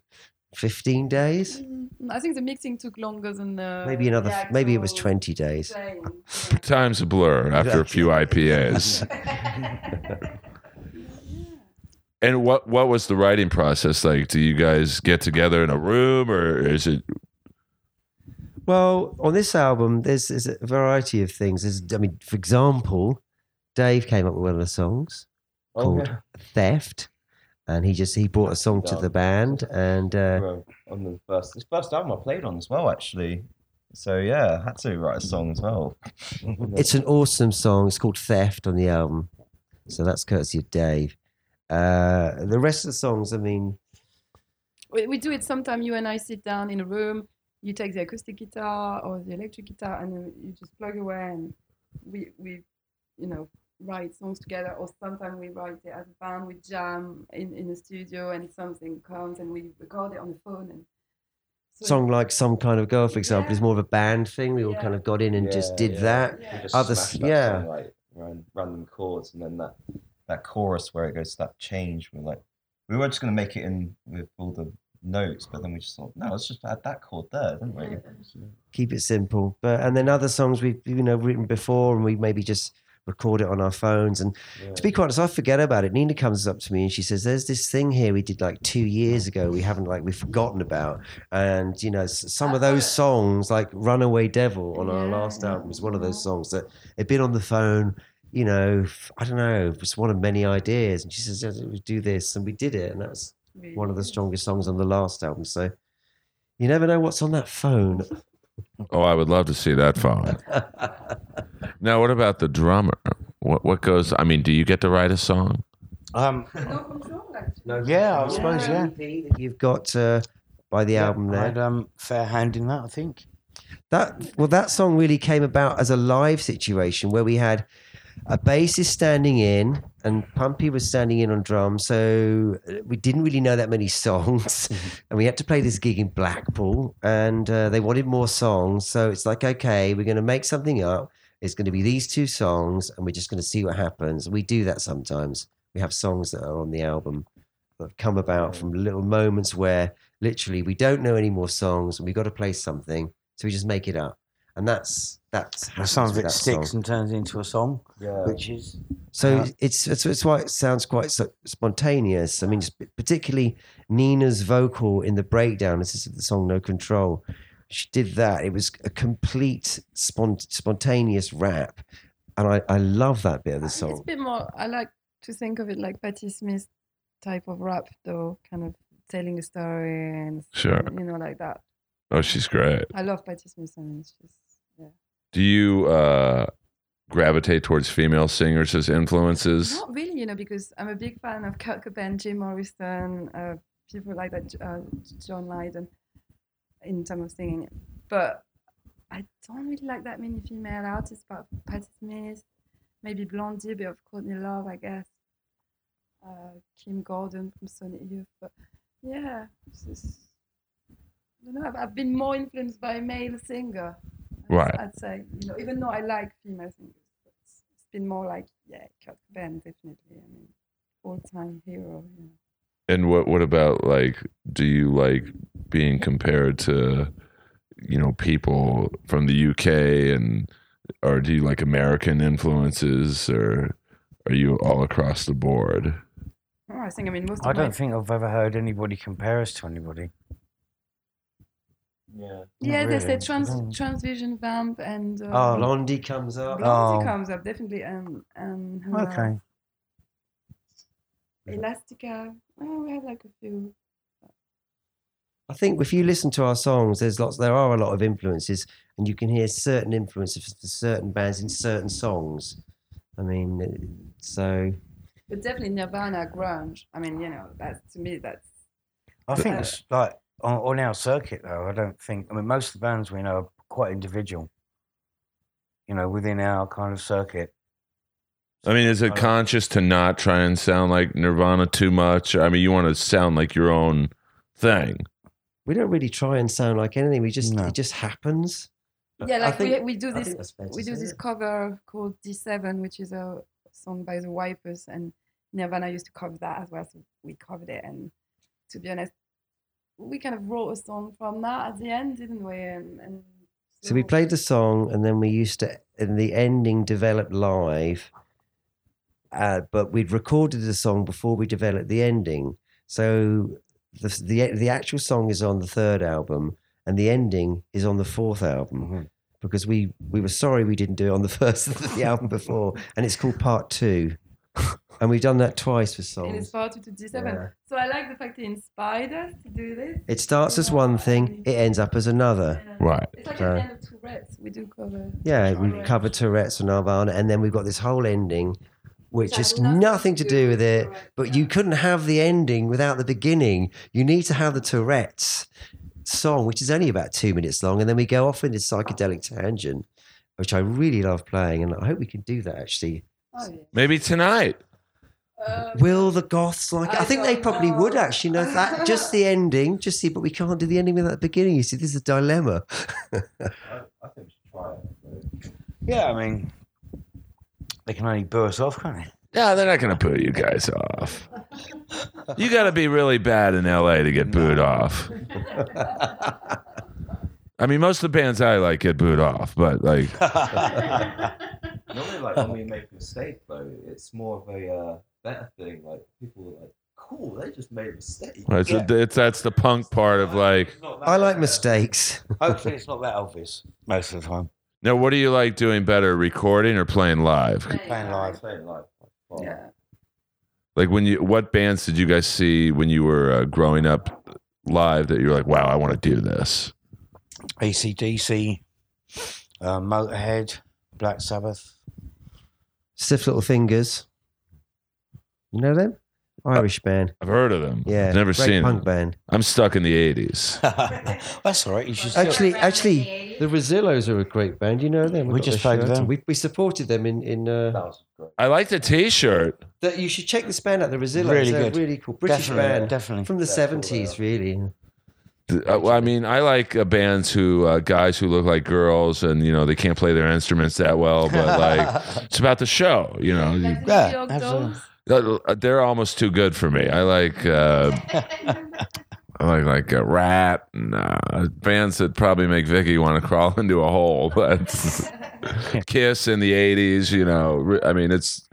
15 days,
Mm, I think the mixing took longer than the.
maybe another
the
maybe it was
actual
20 days.
playing.
Time's a blur after a few
[laughs]
IPAs.
Yeah.
and what what was the writing process like? Do you guys get together in a room or is it
Well, on this album, there's, there's a variety of things. There's, I mean, for example, Dave came up with one of the songs
Oh,
called "Theft," and he just he brought a song to the band, and uh,
Well, on the first, this first album I played on as well, actually. So yeah, I had to write a song as [laughs] well.
It's an awesome song. It's called Theft on the album. So that's courtesy of Dave. Uh, the rest of the songs, I mean,
We, we do it sometime. You and I sit down in a room. You take the acoustic guitar or the electric guitar, and then you just plug away, and we we, you know, write songs together. Or sometimes we write it as a band. We jam in in the studio, and something comes, and we record it on the phone. And so
song like Some Kind of Girl, for example, is more of a band thing. We all
Yeah.
kind of got in and just
Yeah,
did
yeah.
that.
Yeah.
Just
Other-
smash that
yeah.
song, like ran- random chords, and then that that chorus where it goes to that change. We're like, we were just gonna make it in with all the notes, but then we just thought, no, let's just add that chord there, didn't we?
Keep it simple. But and then other songs we've you know written before, and we maybe just record it on our phones. And to be quite honest, I forget about it. Nina comes up to me and she says, "There's this thing here we did like two years ago. We haven't like we've forgotten about." And you know, s- some of those songs, like "Runaway Devil" on our
Yeah.
last album, was one of those songs that had been on the phone. You know, f- I don't know, it's one of many ideas. And she says, "Yeah, "We do this," and we did it, and that was
we-
one of the strongest songs on the last album. So. You never know what's on that phone.
oh I would love to see that phone. now what about the drummer? What what goes I mean, do you get to write a song?
[laughs] Um,
No control, actually.
No,
yeah, I suppose, yeah.
You've got uh, by the album
I
there.
had um, fair hand in that, I think.
That well, that song really came about as a live situation where we had a bassist standing in and Pumpy was standing in on drums, so uh, we didn't really know that many [laughs] songs, and we had to play this gig in Blackpool, and uh, they wanted more songs, so it's like okay, we're going to make something up. It's going to be these two songs, and we're just going to see what happens. We do that sometimes. We have songs that are on the album that have come about from little moments where literally we don't know any more songs, and we've got to play something. So we just make it up. And that's that's
And
happens
Some of
with
it
that
sticks
song.
and turns into a song,
Yeah.
which is
So
Yeah.
it's, it's it's why it sounds quite so spontaneous. I mean, sp- particularly Nina's vocal in the breakdown. This is the song "No Control." She did that. It was a complete spont- spontaneous rap, and I, I love that bit of the
I think It's a
song.
bit more. I like to think of it like Patti Smith type of rap, though, kind of telling a story and
Sure.
you know, like that.
Oh, she's great.
I love Patti Smith. I mean, she's yeah.
Do you uh, gravitate towards female singers as influences?
Not really, you know, because I'm a big fan of Kurt Cobain, Jim Morrison, uh, people like that, J- uh, John Lydon, in terms of singing. But I don't really like that many female artists, but Patti Smith, maybe Blondie, a bit of Courtney Love, I guess. Uh, Kim Gordon from Sonic Youth. But yeah, it's just, I don't know, I've, I've been more influenced by a male singer. I'd-
Right.
I'd say, you know, even though I like female singers, but it's it's been more like, yeah, Kurt Cobain, definitely. I mean, all time hero. You know.
And what what about like do you like being compared to you know people from the UK and or do you like American influences or are you all across the board?
Oh, I think, I mean, most of
I
my-
don't think I've ever heard anybody compare us to anybody.
Yeah.
Not
Yeah, they
really.
say trans,
Mm.
transvision vamp and uh,
Oh,
Ah, Blondie comes up.
Blondie
Oh.
comes up definitely and and who else?
Okay.
Elastica. Oh, we have like a few.
I think if you listen to our songs, there's lots. There are a lot of influences, and you can hear certain influences for certain bands in certain songs. I mean, it- so
But definitely Nirvana, grunge. I mean, you know, that's to me that's
I think
Uh,
it's like on, on our circuit though. I don't think. I mean, most of the bands we know are quite individual. You know, within our kind of circuit.
I mean, is
I
it
don't-
conscious to not try and sound like Nirvana too much? I mean, you want to sound like your own thing.
we don't really try and sound like anything. We just
No.
it just happens.
yeah,
I
like
think-
we we do
I
this
think that's fair to
we do
say,
this
yeah.
cover called D7, which is a song by the Wipers, and Nirvana used to cover that as well, so we covered it. And to be honest, we kind of wrote a song from that at the end, didn't we? And, and
So we played the song, and then we used to, and the ending developed live. Uh, but we'd recorded the song before we developed the ending. So the, the the actual song is on the third album, and the ending is on the fourth album
Mhm.
because we we were sorry we didn't do it on the [laughs] first of the album before, and it's called Part Two, and we've done that twice with
and
songs.
it's part of the D7.
Yeah.
So I like the fact they inspired us to do this.
It starts as one thing, it ends up as another.
and
Right.
It's like
So-
at the end of Tourette's, we do cover.
Yeah, we
Tourette's.
cover Tourette's and Nirvana, and then we've got this whole ending, which
That
is
has nothing
nothing to do with it.
Tourette's,
But
yeah.
you couldn't have the ending without the beginning. You need to have the Tourette's song, which is only about two minutes long, and then we go off in this psychedelic tangent, which I really love playing, and I hope we can do that actually.
Oh, yeah.
Maybe tonight.
Um,
Will the goths like it?
I
I think they
don't
probably would
know.
actually know that
[laughs]
just the ending. Just see, but we can't do the ending without the beginning. You see, this is a dilemma.
I think we should try it.
Yeah, I mean, they can only boo us off, can't they?
No, they're not going to boo you guys off. You got to be really bad in LA to get booed off. I mean, most of the bands I like get booed off, but
[laughs]
like, [laughs]
Normally, like when we make a mistake, though, it's more of a uh, better thing. Like people are like, "Cool, they just made a mistake."
it's, it's that's the punk part of like.
I like mistakes.
Hopefully, it's not that obvious most of the time.
Now, what do you like doing better, recording or playing live?
playing
Playing
live.
live.
Saying, like, well,
Yeah.
Like when you, what bands did you guys see when you were uh, growing up live that you're like, wow, I want to do this?
ACDC, uh, Motorhead,
[laughs]
Black Sabbath.
Stiff little fingers. You know them?
Uh,
Irish band.
I've heard of them.
Yeah,
Never
great
seen them.
punk band.
I'm stuck in the 80s.
That's all right. You should still.
Actually-
Friends in the
actually,
80s.
The Rosillos are a great band. You know them.
We
got
just
their
played
shirts.
them.
We, we supported them in in. Uh,
I like the t shirt.
that you should check this band out. The Rosillos.
Really
They're
good.
really cool British
definitely,
band
Definitely.
from the seventies. Really.
uh, I mean, I like uh, bands who, uh, guys who look like girls and, you know, they can't play their instruments that well, but
[laughs]
like, it's about the show, you know. You-
Like the
Yeah,
New York
absolutely.
Dolls.
Uh, They're almost too good for me. I like, uh, I like like a rat and uh, bands that probably make Vicky want to [laughs] crawl into a hole. But [laughs] Kiss in the '80s, you know. re- I mean, it's.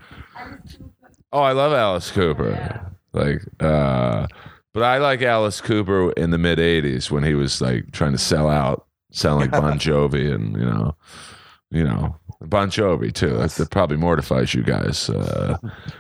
Oh, I love Alice Cooper. Like, uh, but I like Alice Cooper in the mid '80s when he was like trying to sell out, sound like
[laughs]
Bon Jovi, and you know, you know. Bon Jovi too. That's, that probably mortifies you guys. Uh,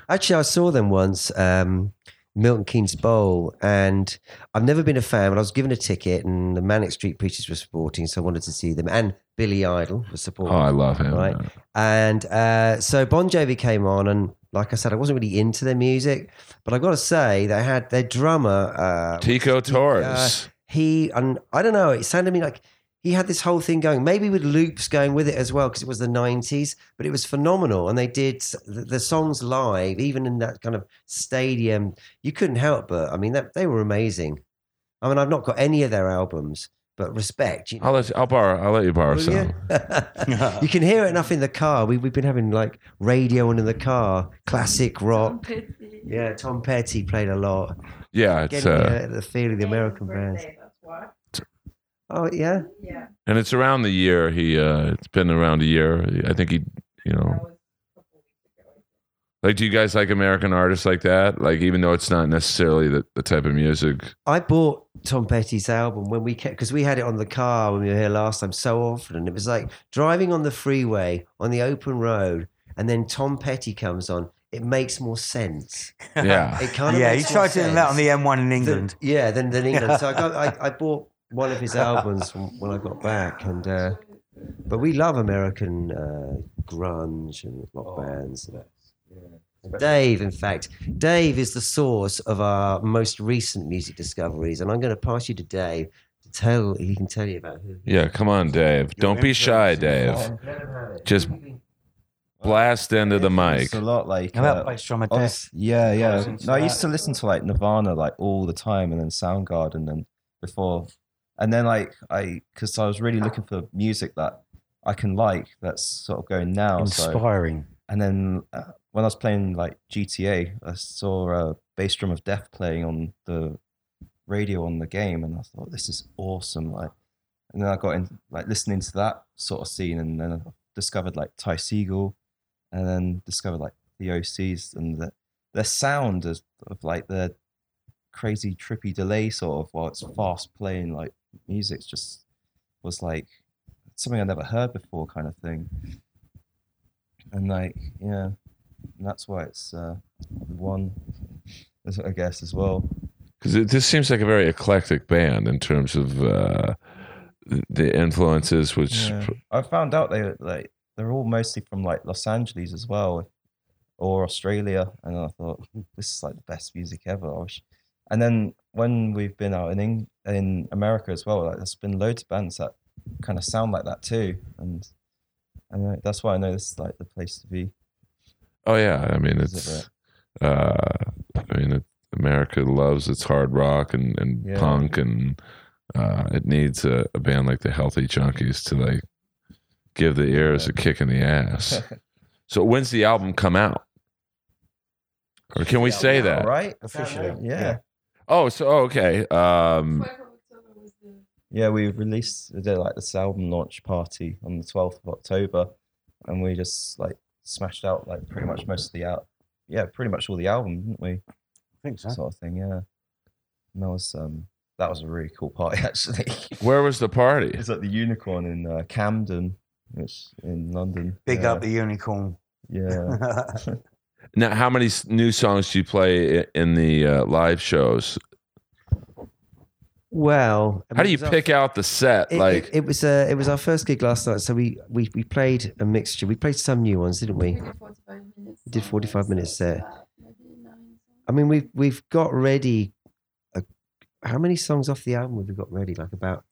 Actually, I saw them once, um, Milton Keynes Bowl, and I've never been a fan, but I was given a ticket, and the Manic Street Preachers were supporting, so I wanted to see them, and Billy Idol was
oh,
supporting.
I love him.
Right. And uh, so Bon Jovi came on, and like I said, I wasn't really into their music, but I've got to say they had their drummer. Uh,
Tico Torres.
he and I don't know. It sounded to me like he had this whole thing going, maybe with loops going with it as well, because it was the '90s. But it was phenomenal, and they did s- the, the songs live, even in that kind of stadium. You couldn't help but I mean, that, they were amazing. I mean, I've not got any of their albums, but respect. You know,
I'll let you, I'll borrow. I'll let you borrow
Will
some.
you? [laughs] you can hear it enough in the car. We, we've been having like radio on in the car, classic rock. Yeah, Tom Petty played a lot.
Yeah, it's
Getting
uh,
uh, the feel of the American bands. Oh yeah,
Yeah.
and it's around the year he. Uh, it's been around a year. I think he. You know, like, do you guys like American artists like that? Like, even though it's not necessarily the, the type of
[laughs]
music.
I bought Tom Petty's album when we kept because we had it on the car when we were here last time so often, and it was like driving on the freeway on the open road, and then Tom Petty comes on. It makes more sense.
Yeah,
It kind of
[laughs] yeah, he
makes more
tried doing that on
sense.
the M1 in
than-
England.
yeah, than, than England. So I, got, I, I bought one of his albums from when I got back, and uh, but we love American uh, grunge and rock
Oh.
bands. Dave, in fact, Dave is the source of our most recent music discoveries, and I'm going to pass you to Dave to tell he can tell you about who.
yeah. Come on, Dave. Don't be shy, Dave. Just Blast into the mic.
It's a lot like.
How about
uh,
bass drummer
honest-
Death?
yeah,
I
yeah.
was into
No, I
that.
used to listen to like Nirvana like all the time, and then Soundgarden, and before, and then like I because I was really looking for music that I can like that's sort of going now. So
Inspiring.
and then uh, when I was playing like GTA, I saw a bass drum of death playing on the radio on the game, and I thought this is awesome. Like, and then I got in like listening to that sort of scene, and then I discovered like Ty Segall, and then discovered like the OCs and the, their sound is of like their crazy trippy delay sort of while it's fast playing like music's just was like something I never heard before kind of thing and like yeah and that's why it's uh one that's what i guess as well
because this seems like a very eclectic band in terms of uh, the- the influences, which
Yeah. i found out they were, like they're all mostly from like los angeles as well or australia and i thought "Hmm, this is like the best music ever I wish. and then when we've been out in Eng- in america as well like there's been loads of bands that kind of sound like that too and and like, that's why i know this is like the place to be [laughs]
Oh yeah, I mean
Is it
it's. Uh, I mean, it, America loves its hard rock and, and
Yeah.
punk, and uh, it needs a, a band like the Healthy Junkies to like give the ears a kick in the
[laughs]
ass. so when's the album come out? Or can we say that?
right
Officially.
yeah
Oh, so oh, okay. Um,
Yeah, we released we did like this album launch party on the twelfth of October, and we just like smashed out like pretty much most of the out, yeah, pretty much all the album, didn't we?
I think so.
Sort of thing, yeah. And that was um that was a really cool party [laughs] actually.
where was the party?
it's at the Unicorn in uh, Camden, which in London.
Big
yeah,
up the unicorn. [laughs] Um,
Yeah,
Now, how many s- new songs do you play i- in the uh, live shows?
Well, I
How
mean,
do you
it was our-
pick out the set?
It,
like,
it, it was uh, it was our first gig last night, so we, we we played a mixture. We played some new ones, didn't we?
We did 45 minutes.
Did 45 minutes there. I mean, we've we've got ready. A, how many songs off the album have we got ready? Like about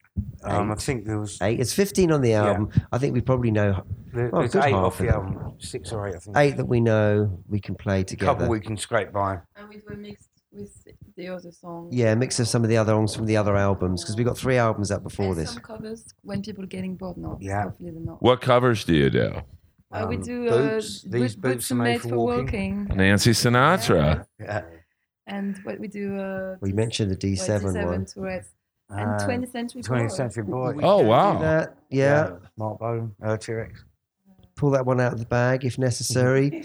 Um, I think there was
eight. It's fifteen on the album. I think we probably know
there,
Oh,
there's
good
eight
half
off
of
the
them.
album, six or eight, I think.
eight that we know we can play
a couple
together.
we can scrape by.
And we were mixed with the other songs.
Yeah, a mix of some of the other songs from the other albums because we got three albums out before
And
this.
Some covers when people getting bored now.
Yeah.
Hopefully they're not.
What covers do you do?
Uh, we
Um,
do uh,
boots. These
boot-
boots are made for walking.
Nancy Sinatra.
Yeah.
And what we do. Uh,
We mentioned the D seven one.
Tourette's. And
Uh,
20th Century
20th
Boy.
Century Boy.
We
Oh
can do
wow!
that. yeah.
Mark Bowden, uh,
[laughs]
T Rex.
pull that one out of the bag if
[laughs]
necessary. [laughs]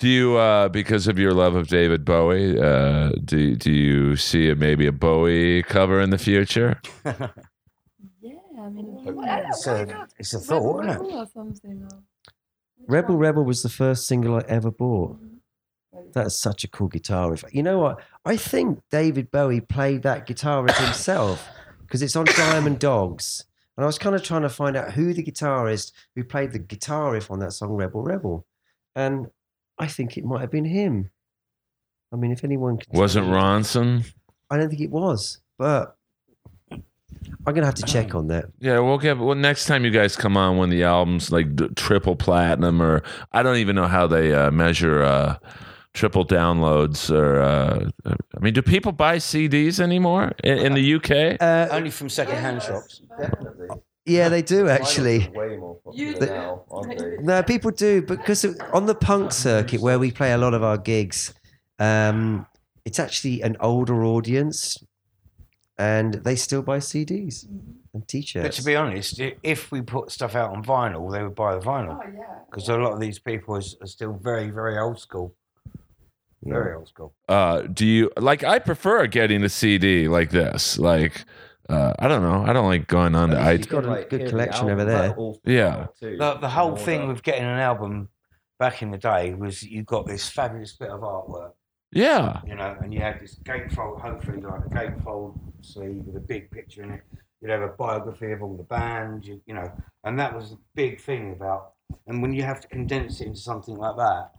Do you uh, because of your love of David Bowie? Uh, do do you see a, maybe a Bowie cover in the future?
Yeah, I mean,
But
why not?
[laughs] it's
Why
a-
not?
it's a
Rebel
thought, isn't it?
Rebel Or something, or- Which
Rebel
one?
Rebel was the first single I ever bought. That's such a cool guitar riff. You know what? I think David Bowie played that guitar riff himself because it's on Diamond Dogs. And I was kind of trying to find out who the guitarist who played the guitar riff on that song Rebel Rebel. And I think it might have been him. I mean, if anyone can tell
Wasn't
me-
Ronson?
I don't think it was, but I'm gonna have to check on that.
Yeah, we'll get. Well, next time you guys come on, when the album's like d- triple platinum, or I don't even know how they uh, measure uh, triple downloads, or uh, I mean, do people buy CDs anymore in, in the UK?
Uh,
Only from second-hand shops.
Definitely.
yeah, they do actually.
Way more
You-
popular now, aren't they?
No, people do because of- on the punk circuit where we play a lot of our gigs, um, it's actually an older audience, and they still buy CDs and
But
T-shirts.
to be honest, i- if we put stuff out on vinyl, they would buy the vinyl
Oh, yeah.
because a lot of these people is, are still very, very old school. Very old school.
Uh, do you like? I prefer getting a CD like this. Like, uh, I don't know. I don't like going on to
At least
iTunes.
you
got a
can, like,
good
hear the
collection over
album out
there.
all
Yeah.
too,
The, the
in
whole
order.
thing with getting an album back in the day was you got this fabulous bit of artwork,
Yeah.
you know, and you had this gatefold, hopefully like a gatefold sleeve with a big picture in it. You'd have a biography of all the bands, you, you know, and that was the big thing about. And when you have to condense it into something like that,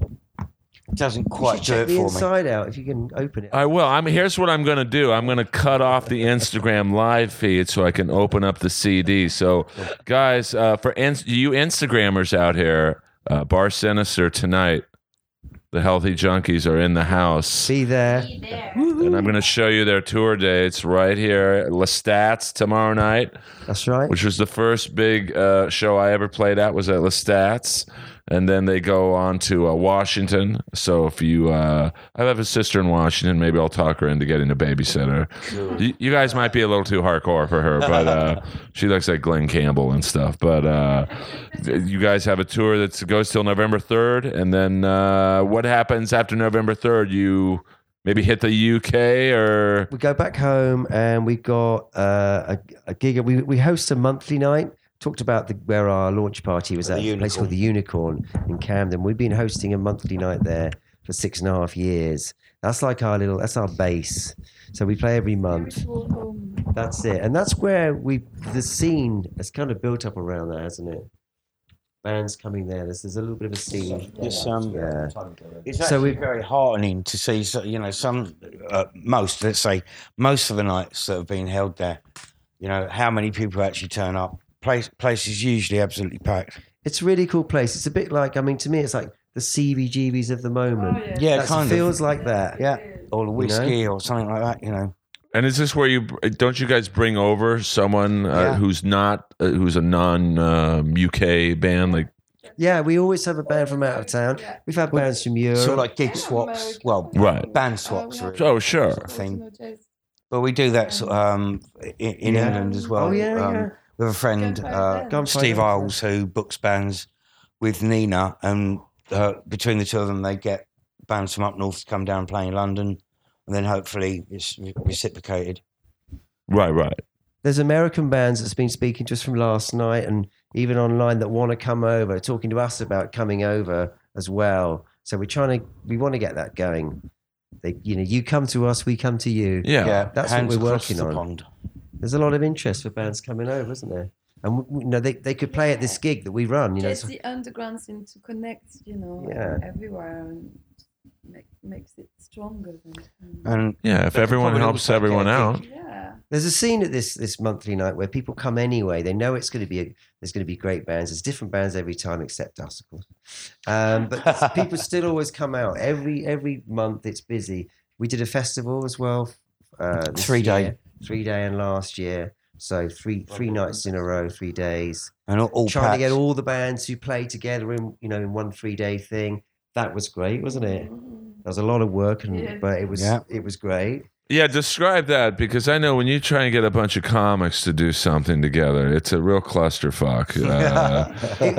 it doesn't
You should
quite do
check
it
the
for me.
inside out if you can open it.
I will. I'm here's what I'm gonna do. I'm gonna cut off the Instagram live feed so I can open up the CD. So, guys, uh, for in- you Instagrammers out here, uh, Bar Sinister tonight, the Healthy Junkies are in the house,
Be there.
Be there.
and I'm gonna show you their tour dates right here. Lestat's tomorrow night,
That's right.
which was the first big uh, show I ever played at was at Lestat's. And then they go on to uh, Washington. So if you, uh, I have a sister in Washington. Maybe I'll talk her into getting a babysitter. You, you guys might be a little too hardcore for her, but uh, she looks like Glenn Campbell and stuff. But uh, you guys have a tour that goes till November third, and then uh, what happens after November third? You maybe hit the UK or
We go back home and we got uh, a, a gig. We, we host a monthly night. Talked about the, where our launch party was
The
at, a place called the Unicorn in Camden. We've been hosting a monthly night there for six and a half years. That's like our little, that's our base. So we play every month.
Spiritual home.
That's it. And that's where we, the scene has kind of built up around that, hasn't it? Bands coming there. There's, there's a little bit of a scene.
It's, um,
Yeah.
It's
So
actually
we-
very heartening to see, so- you know, some, uh, most, let's say, most of the nights that have been held there, you know, how many people actually turn up. Place, place is usually absolutely packed.
It's a really cool place. It's a bit like, I mean, to me, it's like the CBGBs of the moment.
Oh, yeah.
Yeah,
That's-
kind
feels
of.
like that. Oh.
Yeah. Or a
you know?
whiskey or something like that, you know.
and is this where you don't you guys bring over someone uh,
Yeah.
who's not uh, who's a non um, UK band like
Yeah, we always have a band from out of town.
Yeah.
We've had
Well,
bands from Europe.
Sort of like gig swaps.
American.
Well,
Right.
band swaps,
Uh, we have-
really.
oh sure
thing.
Jazz.
But we do that sort of, um, i- in, in
Yeah.
England as well.
oh yeah,
um,
yeah.
With a friend,
Gunfire
uh,
Band.
Gunfire
Steve
Band.
Isles, who books bands with Nina, and uh, between the two of them, they get bands from up north to come down and play in London, and then hopefully it's re- reciprocated.
right right
There's American bands that's been speaking to us from last night and even online that want to come over, talking to us about coming over as well. So we're trying to, we want to get that going. They, you know, you come to us, we come to you.
yeah,
that's what
hands
we're
across
working
the
on.
Pond.
There's a lot of interest for bands coming over, isn't there? And w- w- you know, they, they could play at this gig that we run. You know,
Just
so-
the underground scene to connect, you know,
Yeah.
everywhere. And make, makes it stronger. Than,
And
Yeah, if
That's
everyone
probably
helps
also
everyone
getting-
out,
yeah.
There's a scene at this this monthly night where people come anyway. They know it's going to be a, there's going to be great bands. There's different bands every time except us, of course. Um, but people
[laughs]
still always come out every every month. It's busy. We did a festival as well. Uh, this
Three day.
year. three day, and last year, so three three nights in a row, three days.
and all, all
Trying to get
packs. [laughs]
all the bands who play together in you know in one three day thing. That was great, wasn't it? There was a lot of work, and
Yeah.
but it was
Yeah.
it was great.
yeah, describe that because I know when you try and get a bunch of comics to do something together, it's a real clusterfuck.
[laughs]
Uh,
[laughs] It- it-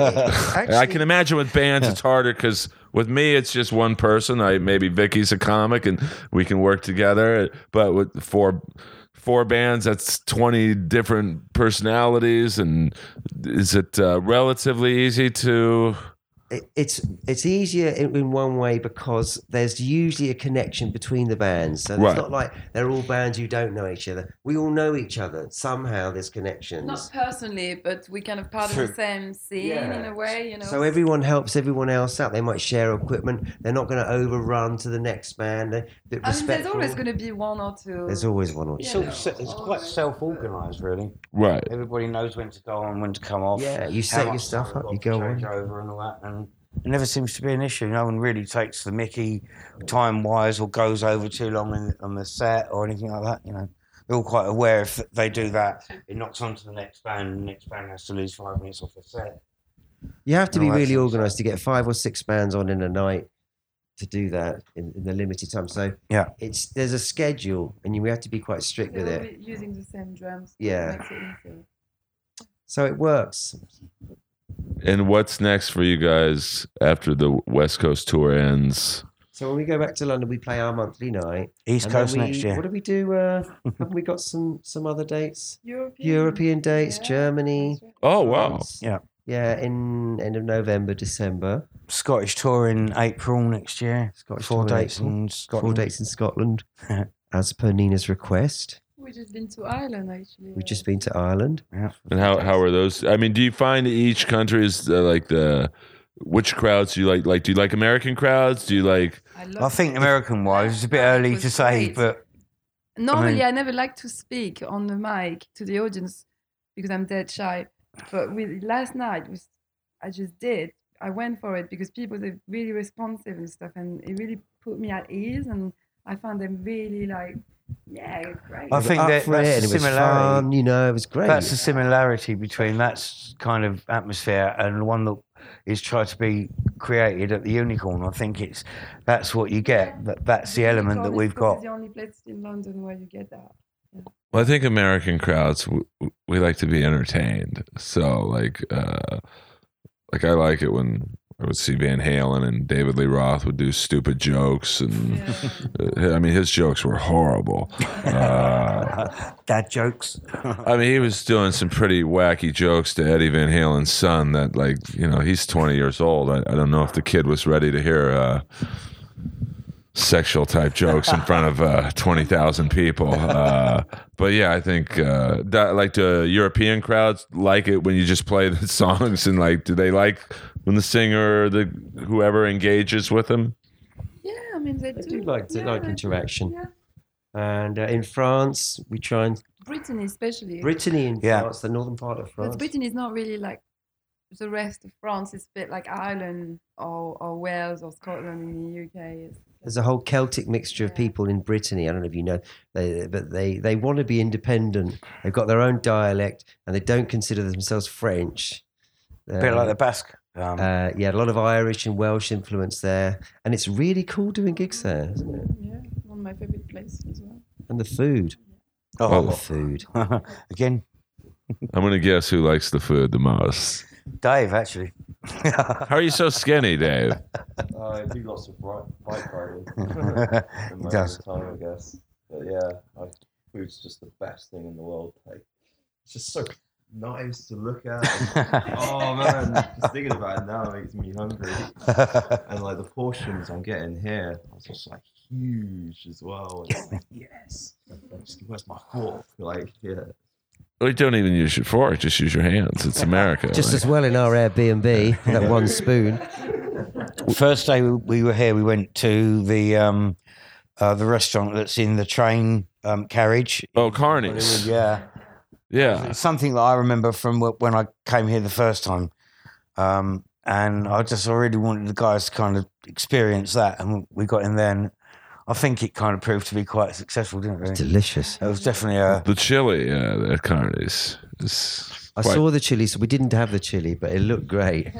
I
actually-
can imagine with bands it's harder because with me it's just one person. I maybe Vicky's a comic and we can work together. But with four four bands, that's twenty different personalities. And is it uh, relatively easy to?
it- it's it's easier in, in one way because there's usually a connection between the bands. So it's
Right.
not like they're all bands who don't know each other. We all know each other somehow. There's connections.
Not personally, but we kind of part of the
True.
same scene in
Yeah.
a way, you know.
So everyone helps everyone else out. They might share equipment. They're not going to overrun to the next band. They're a bit
I mean, there's
respectful.
always going to be one or two.
There's always one or
It's,
two.
all, se- it's quite self-organised, really.
Right.
Everybody knows when to go on, when to come off.
Yeah, you
how
set your
much
stuff
time
up,
we've
you
got to
go
change
on.
over and all that, and it never seems to be an issue. No one really takes the Mickey time-wise or goes over too long in, on the set or anything like that. You know, they're all quite aware if they do that, it knocks on to the next band, and the next band has to lose five minutes off the set.
You have to be
No,
really
that's-
organised to get five or six bands on in a night to do that in, in the limited time. So
Yeah.
it's there's a schedule, and you, we have to be quite strict
They're
with
all
it.
be using the same drums.
Yeah.
Makes it easier.
So it works.
And what's next for you guys after the West Coast tour ends?
So when we go back to London, we play our monthly night.
East
and then
Coast
we-
next year.
What do we do?
[laughs]
Uh, haven't we got some some other dates?
European.
European dates,
[laughs] yeah.
Germany.
Oh wow!
France.
Yeah.
Yeah, in end of November, December.
Scottish tour in April next year.
Scottish
Four
tour in
dates
April. Four
in Scotland.
dates in
[laughs]
Scotland, as per Nina's request.
We've just been to Ireland actually.
We've just been to Ireland.
And how how are those? I mean, do you find each country is uh, like the which crowds do you like? Like, do you like American crowds? Do you like?
I, love
I think American-wise, it's a bit early to say, but
Normally, I,
mean-
never like to speak on the mic to the audience because I'm dead shy. But with last night, was, I just did. I went for it because people are really responsive and stuff, and it really put me at ease. And I found them really like, yeah, great.
I
We were
think
up
that-
for
that's
it, and it
the
was
similarity.
fun. You know, it was great.
That's the similarity between that s- kind of atmosphere and the one that is tried to be created at the Unicorn. I think it's that's what you get. That that's the element that
Unicorn is
we've
probably
got.
The only place in London where you get that.
Well, I think American crowds w- w- we like to be entertained. So like uh like I like it when I would see Van Halen and David Lee Roth would do stupid jokes and uh, I mean his jokes were horrible. Uh,
[laughs] Dad [laughs] jokes.
I mean he was doing some pretty wacky jokes to Eddie Van Halen's son that like, you know, he's 20 years old. I, I don't know if the kid was ready to hear uh sexual type jokes in front of uh, 20,000 people. Uh, but yeah, I think uh, that, like the European crowds like it when you just play the [laughs] songs and like, do they like when the singer or the whoever engages with them?
[laughs] Yeah, I mean they
I
do.
do like to
yeah,
like
they do,
interaction.
yeah.
And uh, in France, we try and
Brittany especially.
Brittany in
Yeah.
France, the northern part of France.
But Britain is not really like the rest of France. It's a bit like Ireland or, or Wales or Scotland in the UK. It's,
There's a whole Celtic mixture of
Yeah.
people in Brittany. I don't know if you know, they, but they, they want to be independent. They've got their own dialect and they don't consider themselves French.
a bit like the Basque. Um,
Uh, yeah, a lot of Irish and Welsh influence there. And it's really cool doing gigs there, isn't it?
yeah, one of my favorite places as well.
And the food. Oh, the
oh.
food.
[laughs] Again,
I'm going to guess who likes the food the most.
Dave [laughs] actually.
How are you so skinny, Dave?
Uh, I do lots of bike, bike riding.
[laughs]
in
he
my
[laughs] does.
own time, I guess. But yeah, I, food's just the best thing in the world. Like, it's just so nice to look
[laughs]
at. oh man, just thinking about it now makes me hungry. And like the portions I'm getting here, are just like
[laughs]
huge as well. And it's like yes, Just, where's my fork? Like yeah,
We don't even use your fork. Just use your hands. It's America.
Just
like,
as well in our
[laughs]
Airbnb, that one spoon.
First day we were here, we went to the um, uh, the restaurant that's in the train um, carriage.
oh, carnies.
Yeah.
Yeah.
It's something that I remember from wh- when I came here the first time. Um, and I just I really wanted the guys to kind of experience that. And we got in there, and I think it kind of proved to be quite successful, didn't it? Really?
Delicious.
It was
[laughs]
definitely a.
The chili uh, at carnies. is
I
quite-
saw the chili, so we didn't have the chili, but it looked great.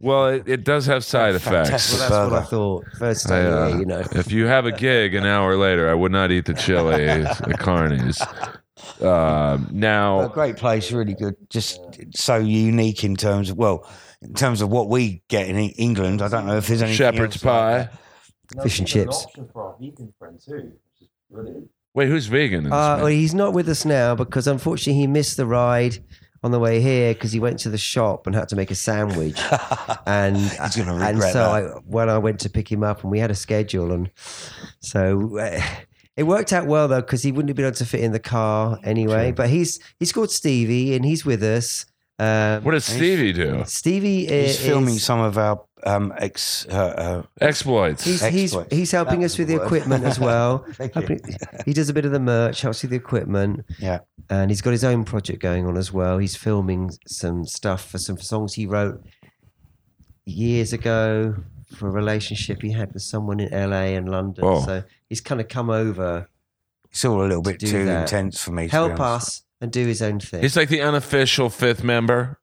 Well, it, it does have side
Fantastic.
effects.
Well, that's what I thought.
I,
First day,
uh,
yeah, you know.
If you have a gig an hour later, I would not eat the chili at Carney's. Um
a
now,
great place, really good. Just so unique in terms of, well, in terms of what we get in E- England. I don't know if there's anything.
shepherd's
else like
pie.
that.
Fish and
there's an
chips.
option for our vegan friend too, which is
[laughs]
brilliant.
Wait, who's vegan? In this
Uh,
band?
well, he's not with us now because unfortunately he missed the ride on the way here because he went to the shop and had to make a sandwich.
[laughs]
[laughs] and uh,
He's gonna
and
regret
so
that.
I, when I went to pick him up and we had a schedule and so uh, it worked out well though because he wouldn't have been able to fit in the car anyway. But he's he's called Stevie and he's with us. Um,
what does Stevie do?
Stevie uh, is
He's filming some of our um, ex. Uh,
Exploits.
He's, he's,
Exploits.
he's helping
That
us
was
with
the
the
word.
equipment as
[laughs]
well.
uh, thank you.
Helping- [laughs] he does a bit of the merch, helps with the equipment.
Yeah.
And he's got his own project going on as well. He's filming some stuff for some songs he wrote years ago for a relationship he had with someone in LA and London.
Whoa.
So he's kind of come over,
It's all a little bit
do
too
that.
intense for me. to be
help
honest.
us and do his own thing.
He's like the unofficial fifth member.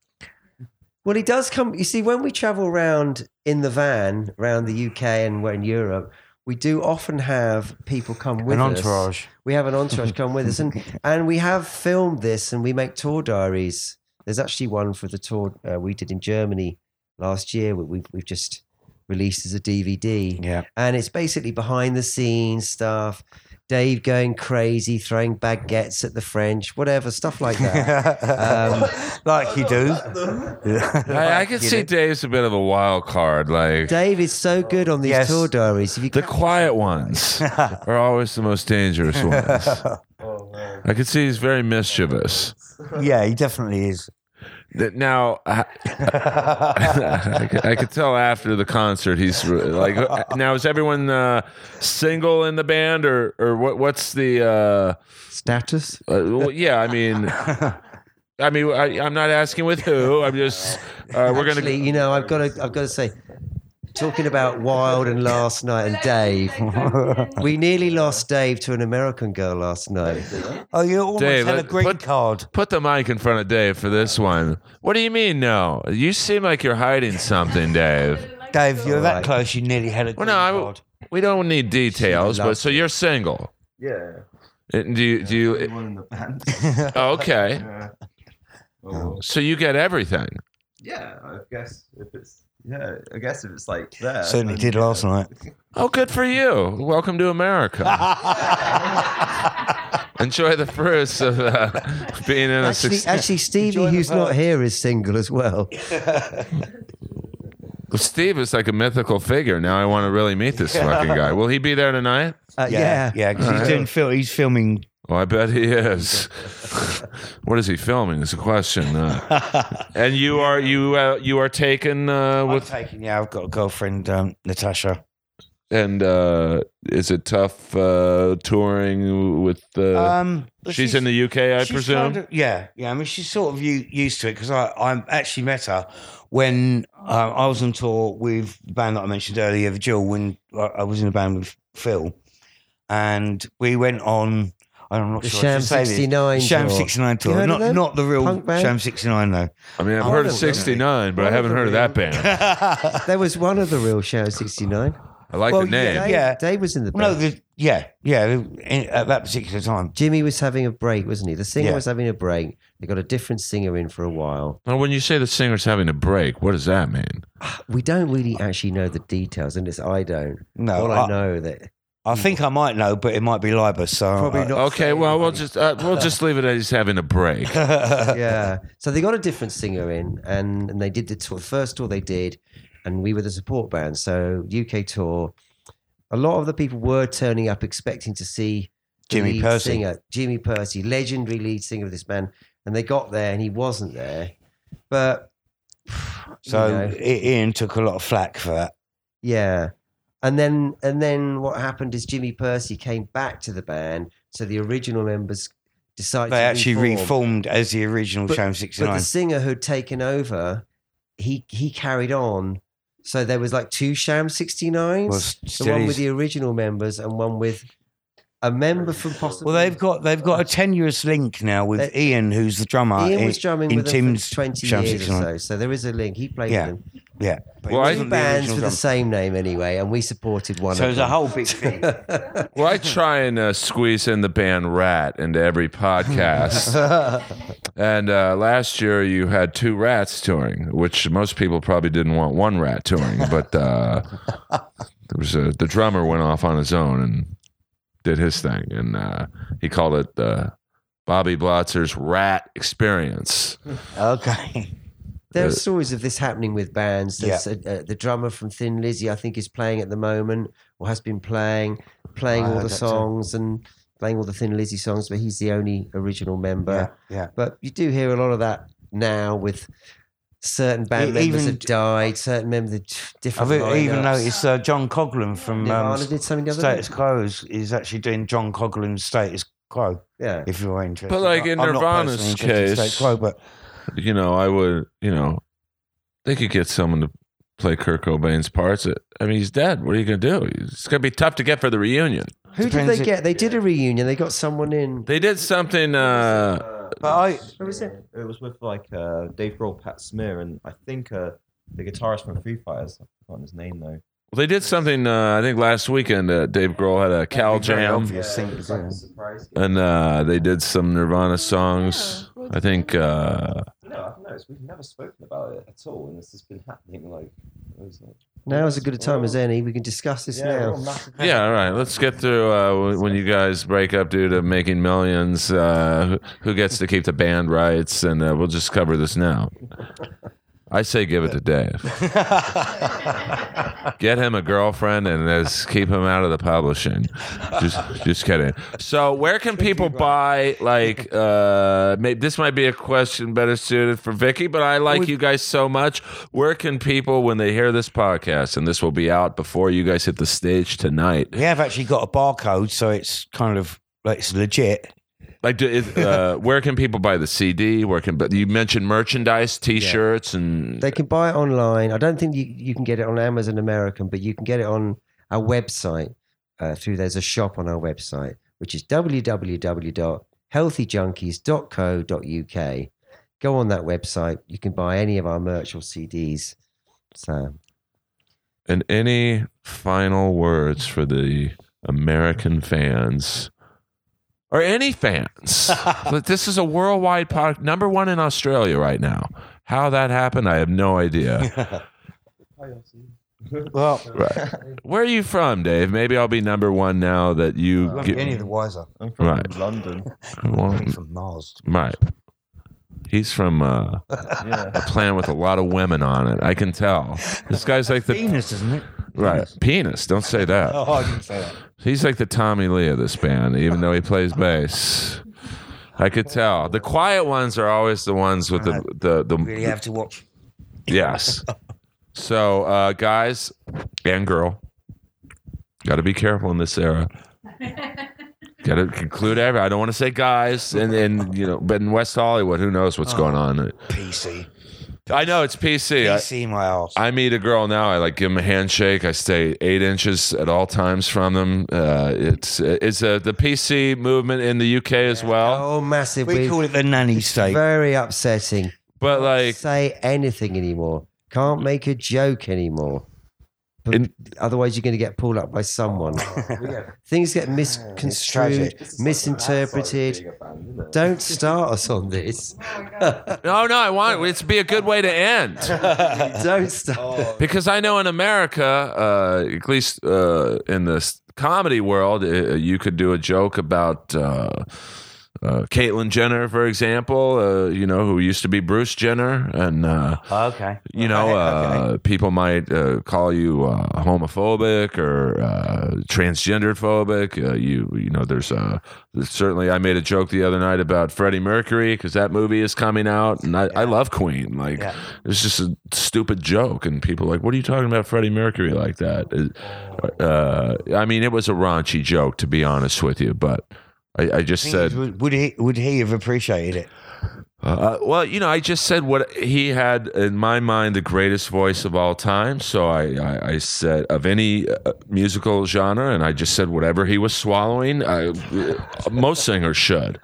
well, he does come. You see, when we travel around in the van around the UK and we're in Europe, we do often have people come with
An
us.
entourage.
we have an entourage come with us
[laughs]
and and we have filmed this and we make tour diaries there's actually one for the tour uh, we did in germany last year we, we've, we've just released as a dvd
Yeah.
and it's basically behind the scenes stuff dave going crazy throwing baguettes at the french whatever stuff like
[laughs]
that Um,
like you do.
[laughs]
Oh,
I, I could see Dave's a bit of a wild card. Like
dave is so good on these
Yes.
tour diaries if you
the
can,
quiet
[laughs]
ones are always the most dangerous ones.
Oh
[laughs]
man.
I could see he's very mischievous.
[laughs] yeah, he definitely is. [laughs]
That- Now, [laughs] I, I, could- I could tell after the concert he's re- like. uh, Now is everyone uh, single in the band, or or what? What's the? Uh,
status
uh, well, yeah, I mean, I mean, I, I'm not asking with who. I'm just. Uh, we're gonna.
Actually, you know i've got to i've got to say talking about wild and last night and dave [laughs] We nearly lost Dave to an American girl last night.
oh, you almost
Dave,
had a
let-
green
put-
card.
Put the mic in front of Dave for this one. What do you mean, no? You seem like you're hiding something, Dave.
[laughs] Dave, you're that
Right.
close. You nearly had a
Well,
green
no, I w-
card.
We don't need details, but
loves
so you're single.
Yeah.
Uh, Do you? Do you
One in the band.
oh, okay.
[laughs] Yeah. Oh,
So you get everything.
yeah. I guess if it's yeah, I guess if it's like there.
[laughs] Certainly
then,
did
yeah.
last night.
Oh, good for you. Welcome to America. Enjoy the fruits of uh, being in a
Actually,
success.
actually Stevie,
Enjoy the
who's not
vibe.
here, is single as well.
Steve is like a mythical figure. Now I want to really meet this fucking guy. Will he be there tonight?
Uh,
yeah,
yeah.
yeah, because he's doing fil- he's
[laughs]
filming.
Oh, I bet he is. [laughs] what is he filming? Is a question. Uh, and you are you uh, you are taken uh,
I'm
with
taking. Yeah, I've got a girlfriend, um, Natasha.
and uh, is it tough uh, touring with? Uh,
Um, but
she's, in the UK, I
She's
presume.
kind of- yeah, yeah. I mean, she's sort of u- used to it because I, I actually met her when uh, I was on tour with the band that I mentioned earlier, the Jill, when I I was in a band with Phil, and we went on. I'm not
The
sure. I
Sham
should say this.
69
Sham
tour.
69
You
tour.
heard of
Not
them?
not the real
Punk band?
Sham
[laughs]
69 though.
I mean, I've
Oh,
heard of
really?
'69, but I haven't heard of that band.
There was one of the real show, 69.
I like
Well,
the name.
Dave,
Yeah.
Dave was in the
[laughs] no,
band.
the, yeah, yeah. in- At that particular time,
Jimmy was having a break, wasn't he? The singer
Yeah.
was having a break. They got a different singer in for a while.
Now, when you say the singer's having a break, what does that mean?
We don't really actually know the details, and it's I don't.
no.
All
I,
I, know that
I think I might know, but it might be Libus. So
Probably
I- [laughs]
not.
Okay, well, we'll just uh, we'll just leave it as he's having a break.
yeah. So they got a different singer in, and, and they did the tour. First tour they did, and we were the support band. So UK tour, a lot of the people were turning up expecting to see the
Jimmy
lead
Percy.
singer Jimmy Percy, legendary lead singer of this band. and they got there and he wasn't there. But [sighs]
So
you know.
I- Ian took a lot of flack for that.
Yeah. And then and then what happened is Jimmy Percy came back to the band, so the original members decided
They
to
actually
reform.
reformed as the original
But-
Shame
But
69.
the singer who'd taken over, he he carried on. So there was like two Sham 69s,
Well, s-
the
still
one
is.
with the original members and one with a member from possibly
Well, they've got they've got a tenuous link now with
They-
Ian, who's the drummer.
Ian
uh, in-
was drumming
in
with them
Tim's
for 20
Sham
years
69.
or so. So there is a link. He played
Yeah.
with them.
yeah, but he
Well, I-
wasn't
Two
the
bands with
original
the
drummer.
same name anyway, and we supported one
So
of
it's a
them.
whole
[laughs]
big thing.
Well, I try and uh, squeeze in the band Rat into every
[laughs]
podcast.
[laughs]
and uh, last year you had two rats touring, which most people probably didn't want one rat touring, but
[laughs]
uh, there was a, the drummer went off on his own and did his thing, and uh, he called it the Bobby Blotzer's Rat Experience.
okay.
There are
Uh,
stories of this happening with bands. There's uh, uh, the drummer from Thin Lizzy, I think, is playing at the moment or has been playing, playing
I
all
heard
the
that too.
songs and playing all the Thin Lizzy songs, but he's the only original member.
Yeah, yeah.
But you do hear a lot of that now with certain band
E-
members
even-
have died, certain members have t-
I've
different.
even
lineups.
noticed uh, John Coughlin from
Nirvana
um,
did something the other
Status
day.
Quo is, is actually doing John Coughlin's Status Quo.
Yeah.
If you're interested,
But, like, in
I'm not personally
Nirvana's
interested in
case-
Status
[laughs]
Quo, but
You know, I would, you know, they could get someone to play Kurt Cobain's parts. I mean, he's dead. What are you going to do? It's going to be tough to get for the reunion.
Who did
Depends
they
it-
get? They did a reunion. They got someone in.
They did something. Uh,
but I-
Who was it?
It was with like uh, Dave Grohl, Pat Smear, and I think uh, the guitarist from Free Fighters. I've forgotten his name though.
Well, they did something. Uh, I think last weekend, uh, Dave Grohl had a cow
very
jam,
obvious. Yeah,
it
sing-
was like
yeah.
a surprise. gig.
and uh, they did some Nirvana songs. I think. Uh,
no, I've noticed we've never spoken about it at all, and this has been happening like. It was like
Now is as good a time
Oh.
as any. We can discuss this
yeah, we're all
now.
massive-
yeah, all right. Let's get through uh, w- when you
[laughs]
[laughs]
guys break up due to making millions. Uh, who- who gets to keep the band rights? And uh, we'll just cover this now. I say give it to Dave. Get him a girlfriend and just keep him out of the publishing. Just, just kidding. So, where can people buy? Like, uh, maybe this might be a question better suited for Vicky, but I like you guys so much. Where can people, when they hear this podcast, and this will be out before you guys hit the stage tonight?
we have actually got a barcode, so it's kind of like it's
[laughs]
legit.
Like, do, is, uh, where can people buy the CD? Where can but you mentioned merchandise, T-shirts, and
They can buy it online. I don't think you, you can get it on Amazon American, but you can get it on our website uh, through there's a shop on our website, which is www.healthyjunkies.co.uk. Go on that website. You can buy any of our merch or CDs. So
and any final words for the American fans or any
[laughs]
fans? But this is a worldwide product, number one in Australia right now. How that happened, I have no
[laughs]
idea.
[laughs]
Well,
Right. Where are you from, Dave? Maybe I'll be number one now that you
you won't
get.
be any of the wiser.
I'm from
Right.
London.
Well,
I'm from Mars.
right. He's from uh, a
Yeah.
plan with a lot of women on it. I can tell. This guy's
[laughs]
like the
Venus, isn't it?
Right. Penis. Don't say that.
Oh, I didn't say that.
He's like the Tommy Lee of this band, even though he plays bass. I could tell. The quiet ones are always the ones with the the, the,
Really have to watch.
yes. So uh, guys and girl, got to be careful in this era. Got to conclude every. I don't want to say guys, and and you know, but in West Hollywood, who knows
Oh.
what's going on?
PC.
I know it's PC. I-
PC my ass.
I meet a girl now. I like give them a handshake. I stay eight inches at all times from them. Uh, it's it's uh, the PC movement in the UK as well.
oh, massive!
we
We
call it the nanny steak.
very upsetting.
But like,
say anything anymore. Can't make a joke anymore. But
In-
otherwise, you're going to get pulled up by someone. Things get misconstrued,
tragic.
misinterpreted. Don't start us on this.
no, no, I want it. It's be a good way to end
[laughs] Don't start.
because I know in America, uh, at least uh, in the s- comedy world, uh, you could do a joke about. Uh, uh, Caitlyn Jenner, for example, uh, you know, who used to be Bruce Jenner, and uh,
Okay.
you know,
Right, Oh, okay.
uh, people might uh, call you uh, homophobic or uh, transgender phobic. Uh, you, you know, there's uh, there's certainly. I made a joke the other night about Freddie Mercury because that movie is coming out, and I, I love Queen. Like,
Yeah.
it's just a stupid joke, and people are like, "What are you talking about, Freddie Mercury?" Like that. It- Uh, I mean, it was a raunchy joke, to be honest with you, but. I, I just
Thing
said
is, would, would he would he have appreciated it? [laughs]
uh, well, you know, I just said what he had in my mind the greatest voice of all time. So I, I, I said of any uh, musical genre, and I just said whatever he was swallowing. I, uh, most singers should.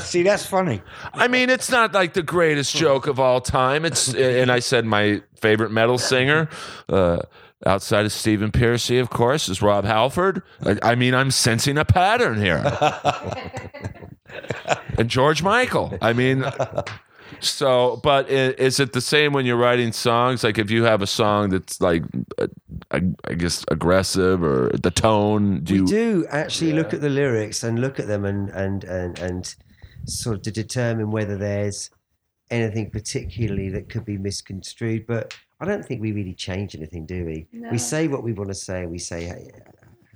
See, that's funny.
I mean, it's not like the greatest joke of all time. It's and I said my favorite metal singer. Uh, Outside of Stephen Piercy, of course, is Rob Halford. I, I mean, I'm sensing a pattern here. and George Michael. I mean, so, but i- is it the same when you're writing songs? Like, if you have a song that's like, uh, I, I guess, aggressive or the tone, do
we
you?
do actually look at the lyrics and look at them and and and and sort of to determine whether there's anything particularly that could be misconstrued but i don't think we really change anything do we
No.
we say what we want to say we say how,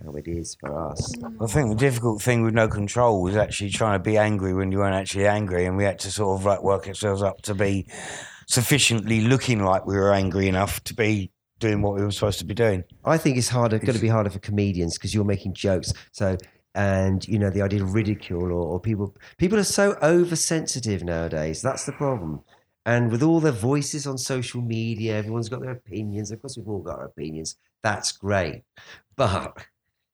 how it is for us
I think the difficult thing with no control was actually trying to be angry when you weren't actually angry, and we had to sort of like work ourselves up to be sufficiently looking like we were angry enough to be doing what we were supposed to be doing.
I think it's harder, going to be harder for comedians because you're making jokes. So, and you know, the idea of ridicule or, or people, people are so oversensitive nowadays. That's the problem. And with all their voices on social media, everyone's got their opinions. Of course, we've all got our opinions. That's great, but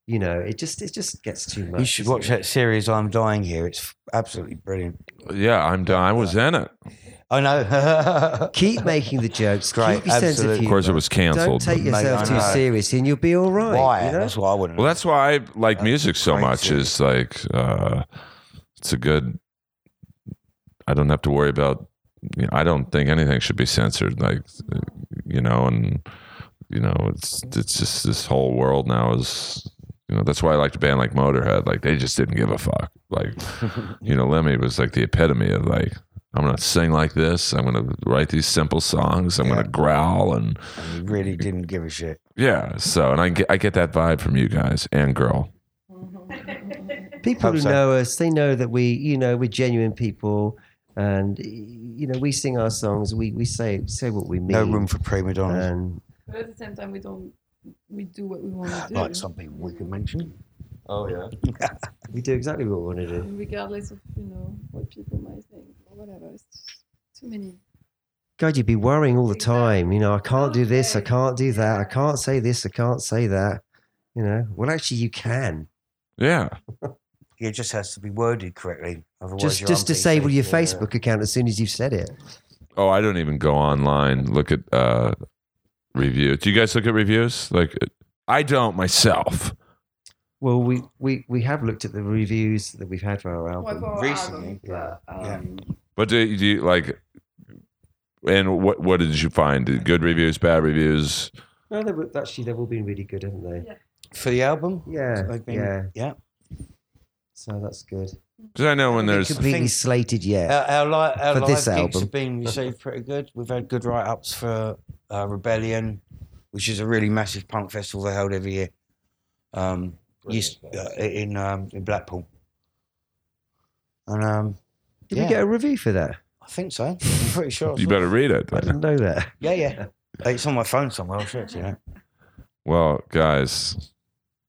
you know, it just it just gets too much.
You should
doesn't
watch
it?
that series. I'm dying here. It's f- absolutely brilliant.
Yeah, I'm done. I was in it.
I know.
Keep making the jokes.
Great,
Keep your sense of
absolutely.
Of
humor.
course, it was
Don't
canceled.
take
Mate,
yourself
I
too
know.
seriously, and you'll be all right.
[laughs] Why?
you know?
That's why I wouldn't.
Well, that's why I like
That's
music so
crazy.
much. Is like uh, it's a good. I don't have to worry about. You know, I don't think anything should be censored. Like uh, you know, and you know, it's it's just this whole world now is. You know, that's why I like a band like Motorhead. Like they just didn't give a fuck.
[laughs]
Like you know, Lemmy was like the epitome of like. I'm gonna sing like this. I'm gonna write these simple songs. I'm
Yeah.
gonna growl and
You really didn't give a shit.
yeah. So and I get I get that vibe from you guys and girl.
people
Hope
who
so.
know us they know that we you know we're genuine people and you know we sing our songs we we say say what we mean
No room for prima donnas.
and
[laughs] But at the same time, we don't. We do what we want to do,
like some people we can mention.
Oh yeah.
we do exactly what we want to do
regardless of you know what people might think or whatever. It's just too many.
god you'd be worrying all the time you know i can't do this i can't do that i can't say this i can't say that you know well actually you can
Yeah.
It just has to be worded correctly. Otherwise,
just
you're
just disable
unpc.
your
Yeah.
facebook account as soon as you've said it
Oh, I don't even go online. Look at uh reviews. Do you guys look at reviews? Like I don't myself.
well we we we have looked at the reviews that we've had for our album
Recently, yeah.
um,
But do, do you like and what what did you find? Did Good reviews, bad reviews?
no they were, actually they've all been really good haven't they
for the album.
yeah
They've been-
yeah
yeah.
so that's good Uh,
Because I know when
They're
there's
completely
think-
slated yet.
Our, our, li- our
For
live
this
gigs
album.
have been received pretty good. We've had good write ups for uh, Rebellion, which is a really massive punk festival they held every year. Um, used, uh, in um, in Blackpool, and um,
Did
yeah.
we get a review for that?
I think so. I'm pretty sure. I
[laughs] you
saw-
better read it.
I didn't know that.
Yeah, yeah. It's on my phone somewhere. I'll show it to [laughs] you.
Well, guys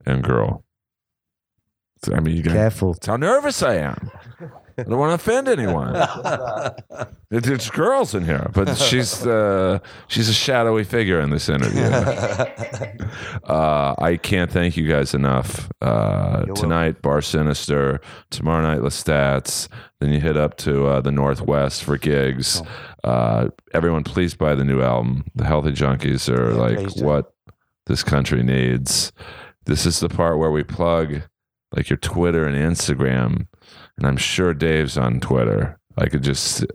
and girl. I mean you guys
Careful.
that's how nervous I am. I don't want to offend anyone.
[laughs]
It- There's girls in here, but she's uh, she's a shadowy figure in this
[laughs]
interview. Uh, I can't thank you guys enough. Uh,
You're
tonight, Bar Sinister. Tomorrow night, Lestats. Then you hit up to uh, the Northwest for gigs. Uh, everyone, please buy the new album. The Healthy Junkies are
Yeah,
like
please do.
what this country needs. This is the part where we plug like your Twitter and Instagram. And I'm sure Dave's on Twitter. I could just.
It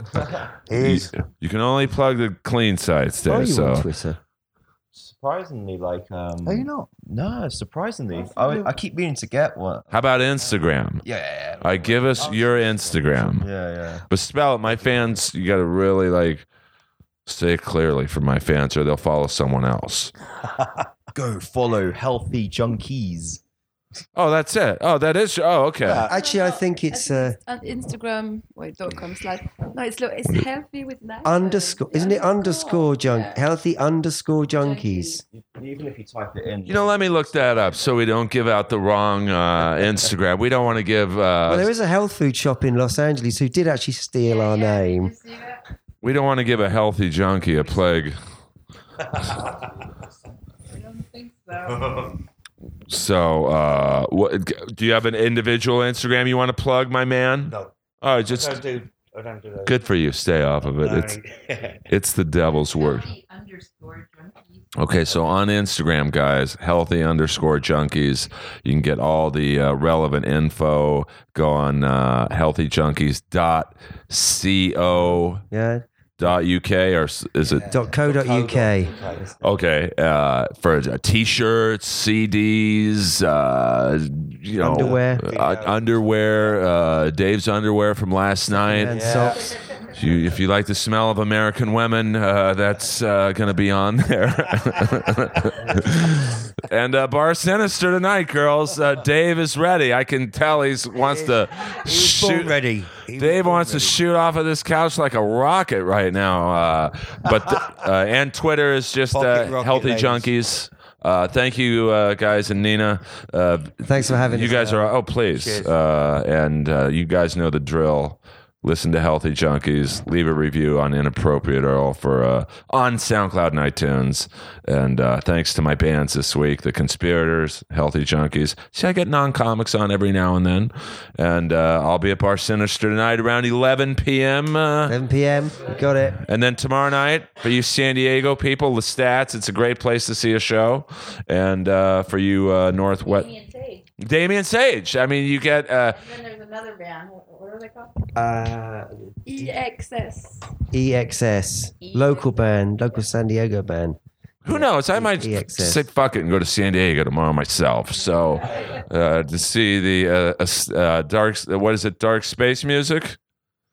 is. [laughs] Oh,
You, you can only plug the clean sites, Dave.
Are you
so
on Twitter?
[laughs] surprisingly like um
Are you not? No, surprisingly, I, I keep meaning to get one.
How about Instagram?
Yeah,
I give us your Instagram,
yeah, yeah.
but spell it. My fans, you got to really like say it clearly for my fans, or they'll follow someone else.
Go follow healthy junkies.
Oh, that's it. Oh, that is. Oh, okay.
Yeah.
Actually, I think it's uh,
on Instagram. Wait, dot com slash. No, it's lo- it's healthy with that
underscore. Isn't it underscore junk? Healthy underscore junkies.
even if you type it in
You know, let me look that up so we don't give out the wrong uh, Instagram. We don't want to give. Uh,
Well, there is a health food shop in Los Angeles who did actually steal our name.
we don't want to give a healthy junkie a plague.
I don't think so.
So, uh, what, do you have an individual Instagram you want to plug, my man?
No,
Oh,
I
just
don't do. I don't do that.
good for you. Stay off of it.
[laughs]
It's it's the devil's work.
Healthy Underscore junkies.
Okay, so on Instagram, guys, healthy underscore junkies. You can get all the uh, relevant info. Go on uh, healthyjunkies.co.uk
Yeah.
or s- is it
Dot co. Dot uk.
Okay, uh, for uh, t-shirts, CDs, uh, you know,
Underwear.
uh, underwear, uh, Dave's underwear from last night.
And socks.
If you, if you like the smell of American women, uh, that's uh, gonna be on there. [laughs] and uh, Bar Sinister tonight, girls. Uh, Dave is ready. I can tell he wants to
He's born
shoot.
ready. He was
Dave
born
wants to
ready.
shoot off of this couch like a rocket right now. Uh, but uh, and Twitter is just
Pocket
uh,
rocket,
healthy
ladies.
junkies. Uh, thank you, uh, guys, and Nina. Uh,
Thanks for having
you
us.
guys are oh please, uh, and uh, you guys know the drill. Listen to Healthy Junkies. Leave a review on Inappropriate Earl for uh, on SoundCloud and iTunes. And uh, thanks to my bands this week, The Conspirators, Healthy Junkies. See, I get non comics on every now and then, and uh, I'll be at Bar Sinister tonight around 11 p.m. Uh,
11 p.m. You Got it.
and then tomorrow night, for you San Diego people, the stats, it's a great place to see a show. And uh, for you uh, Northwest,
Indian tea.
Damien Sage. I mean, you get uh,
And then there's another band. What, what are they called?
Uh,
E
EXS.
EXS, E local band, local San Diego band.
who knows? I might
EXS.
say fuck it and go to San Diego tomorrow myself. So uh, to see the uh, as- uh, dark, what is it? Dark space music.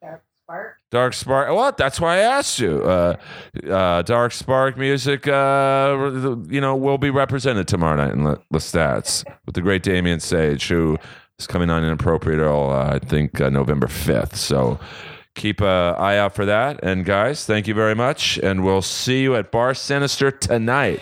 Dark Spark.
Dark Spark. Well, that's why I asked you. Uh, uh, Dark Spark music, uh, you know, will be represented tomorrow night in the stats with the great Damien Sage, who is coming on Inappropriate Earl, uh, I think, uh, November 5th. So keep an eye out for that. And guys, thank you very much. And we'll see you at Bar Sinister tonight.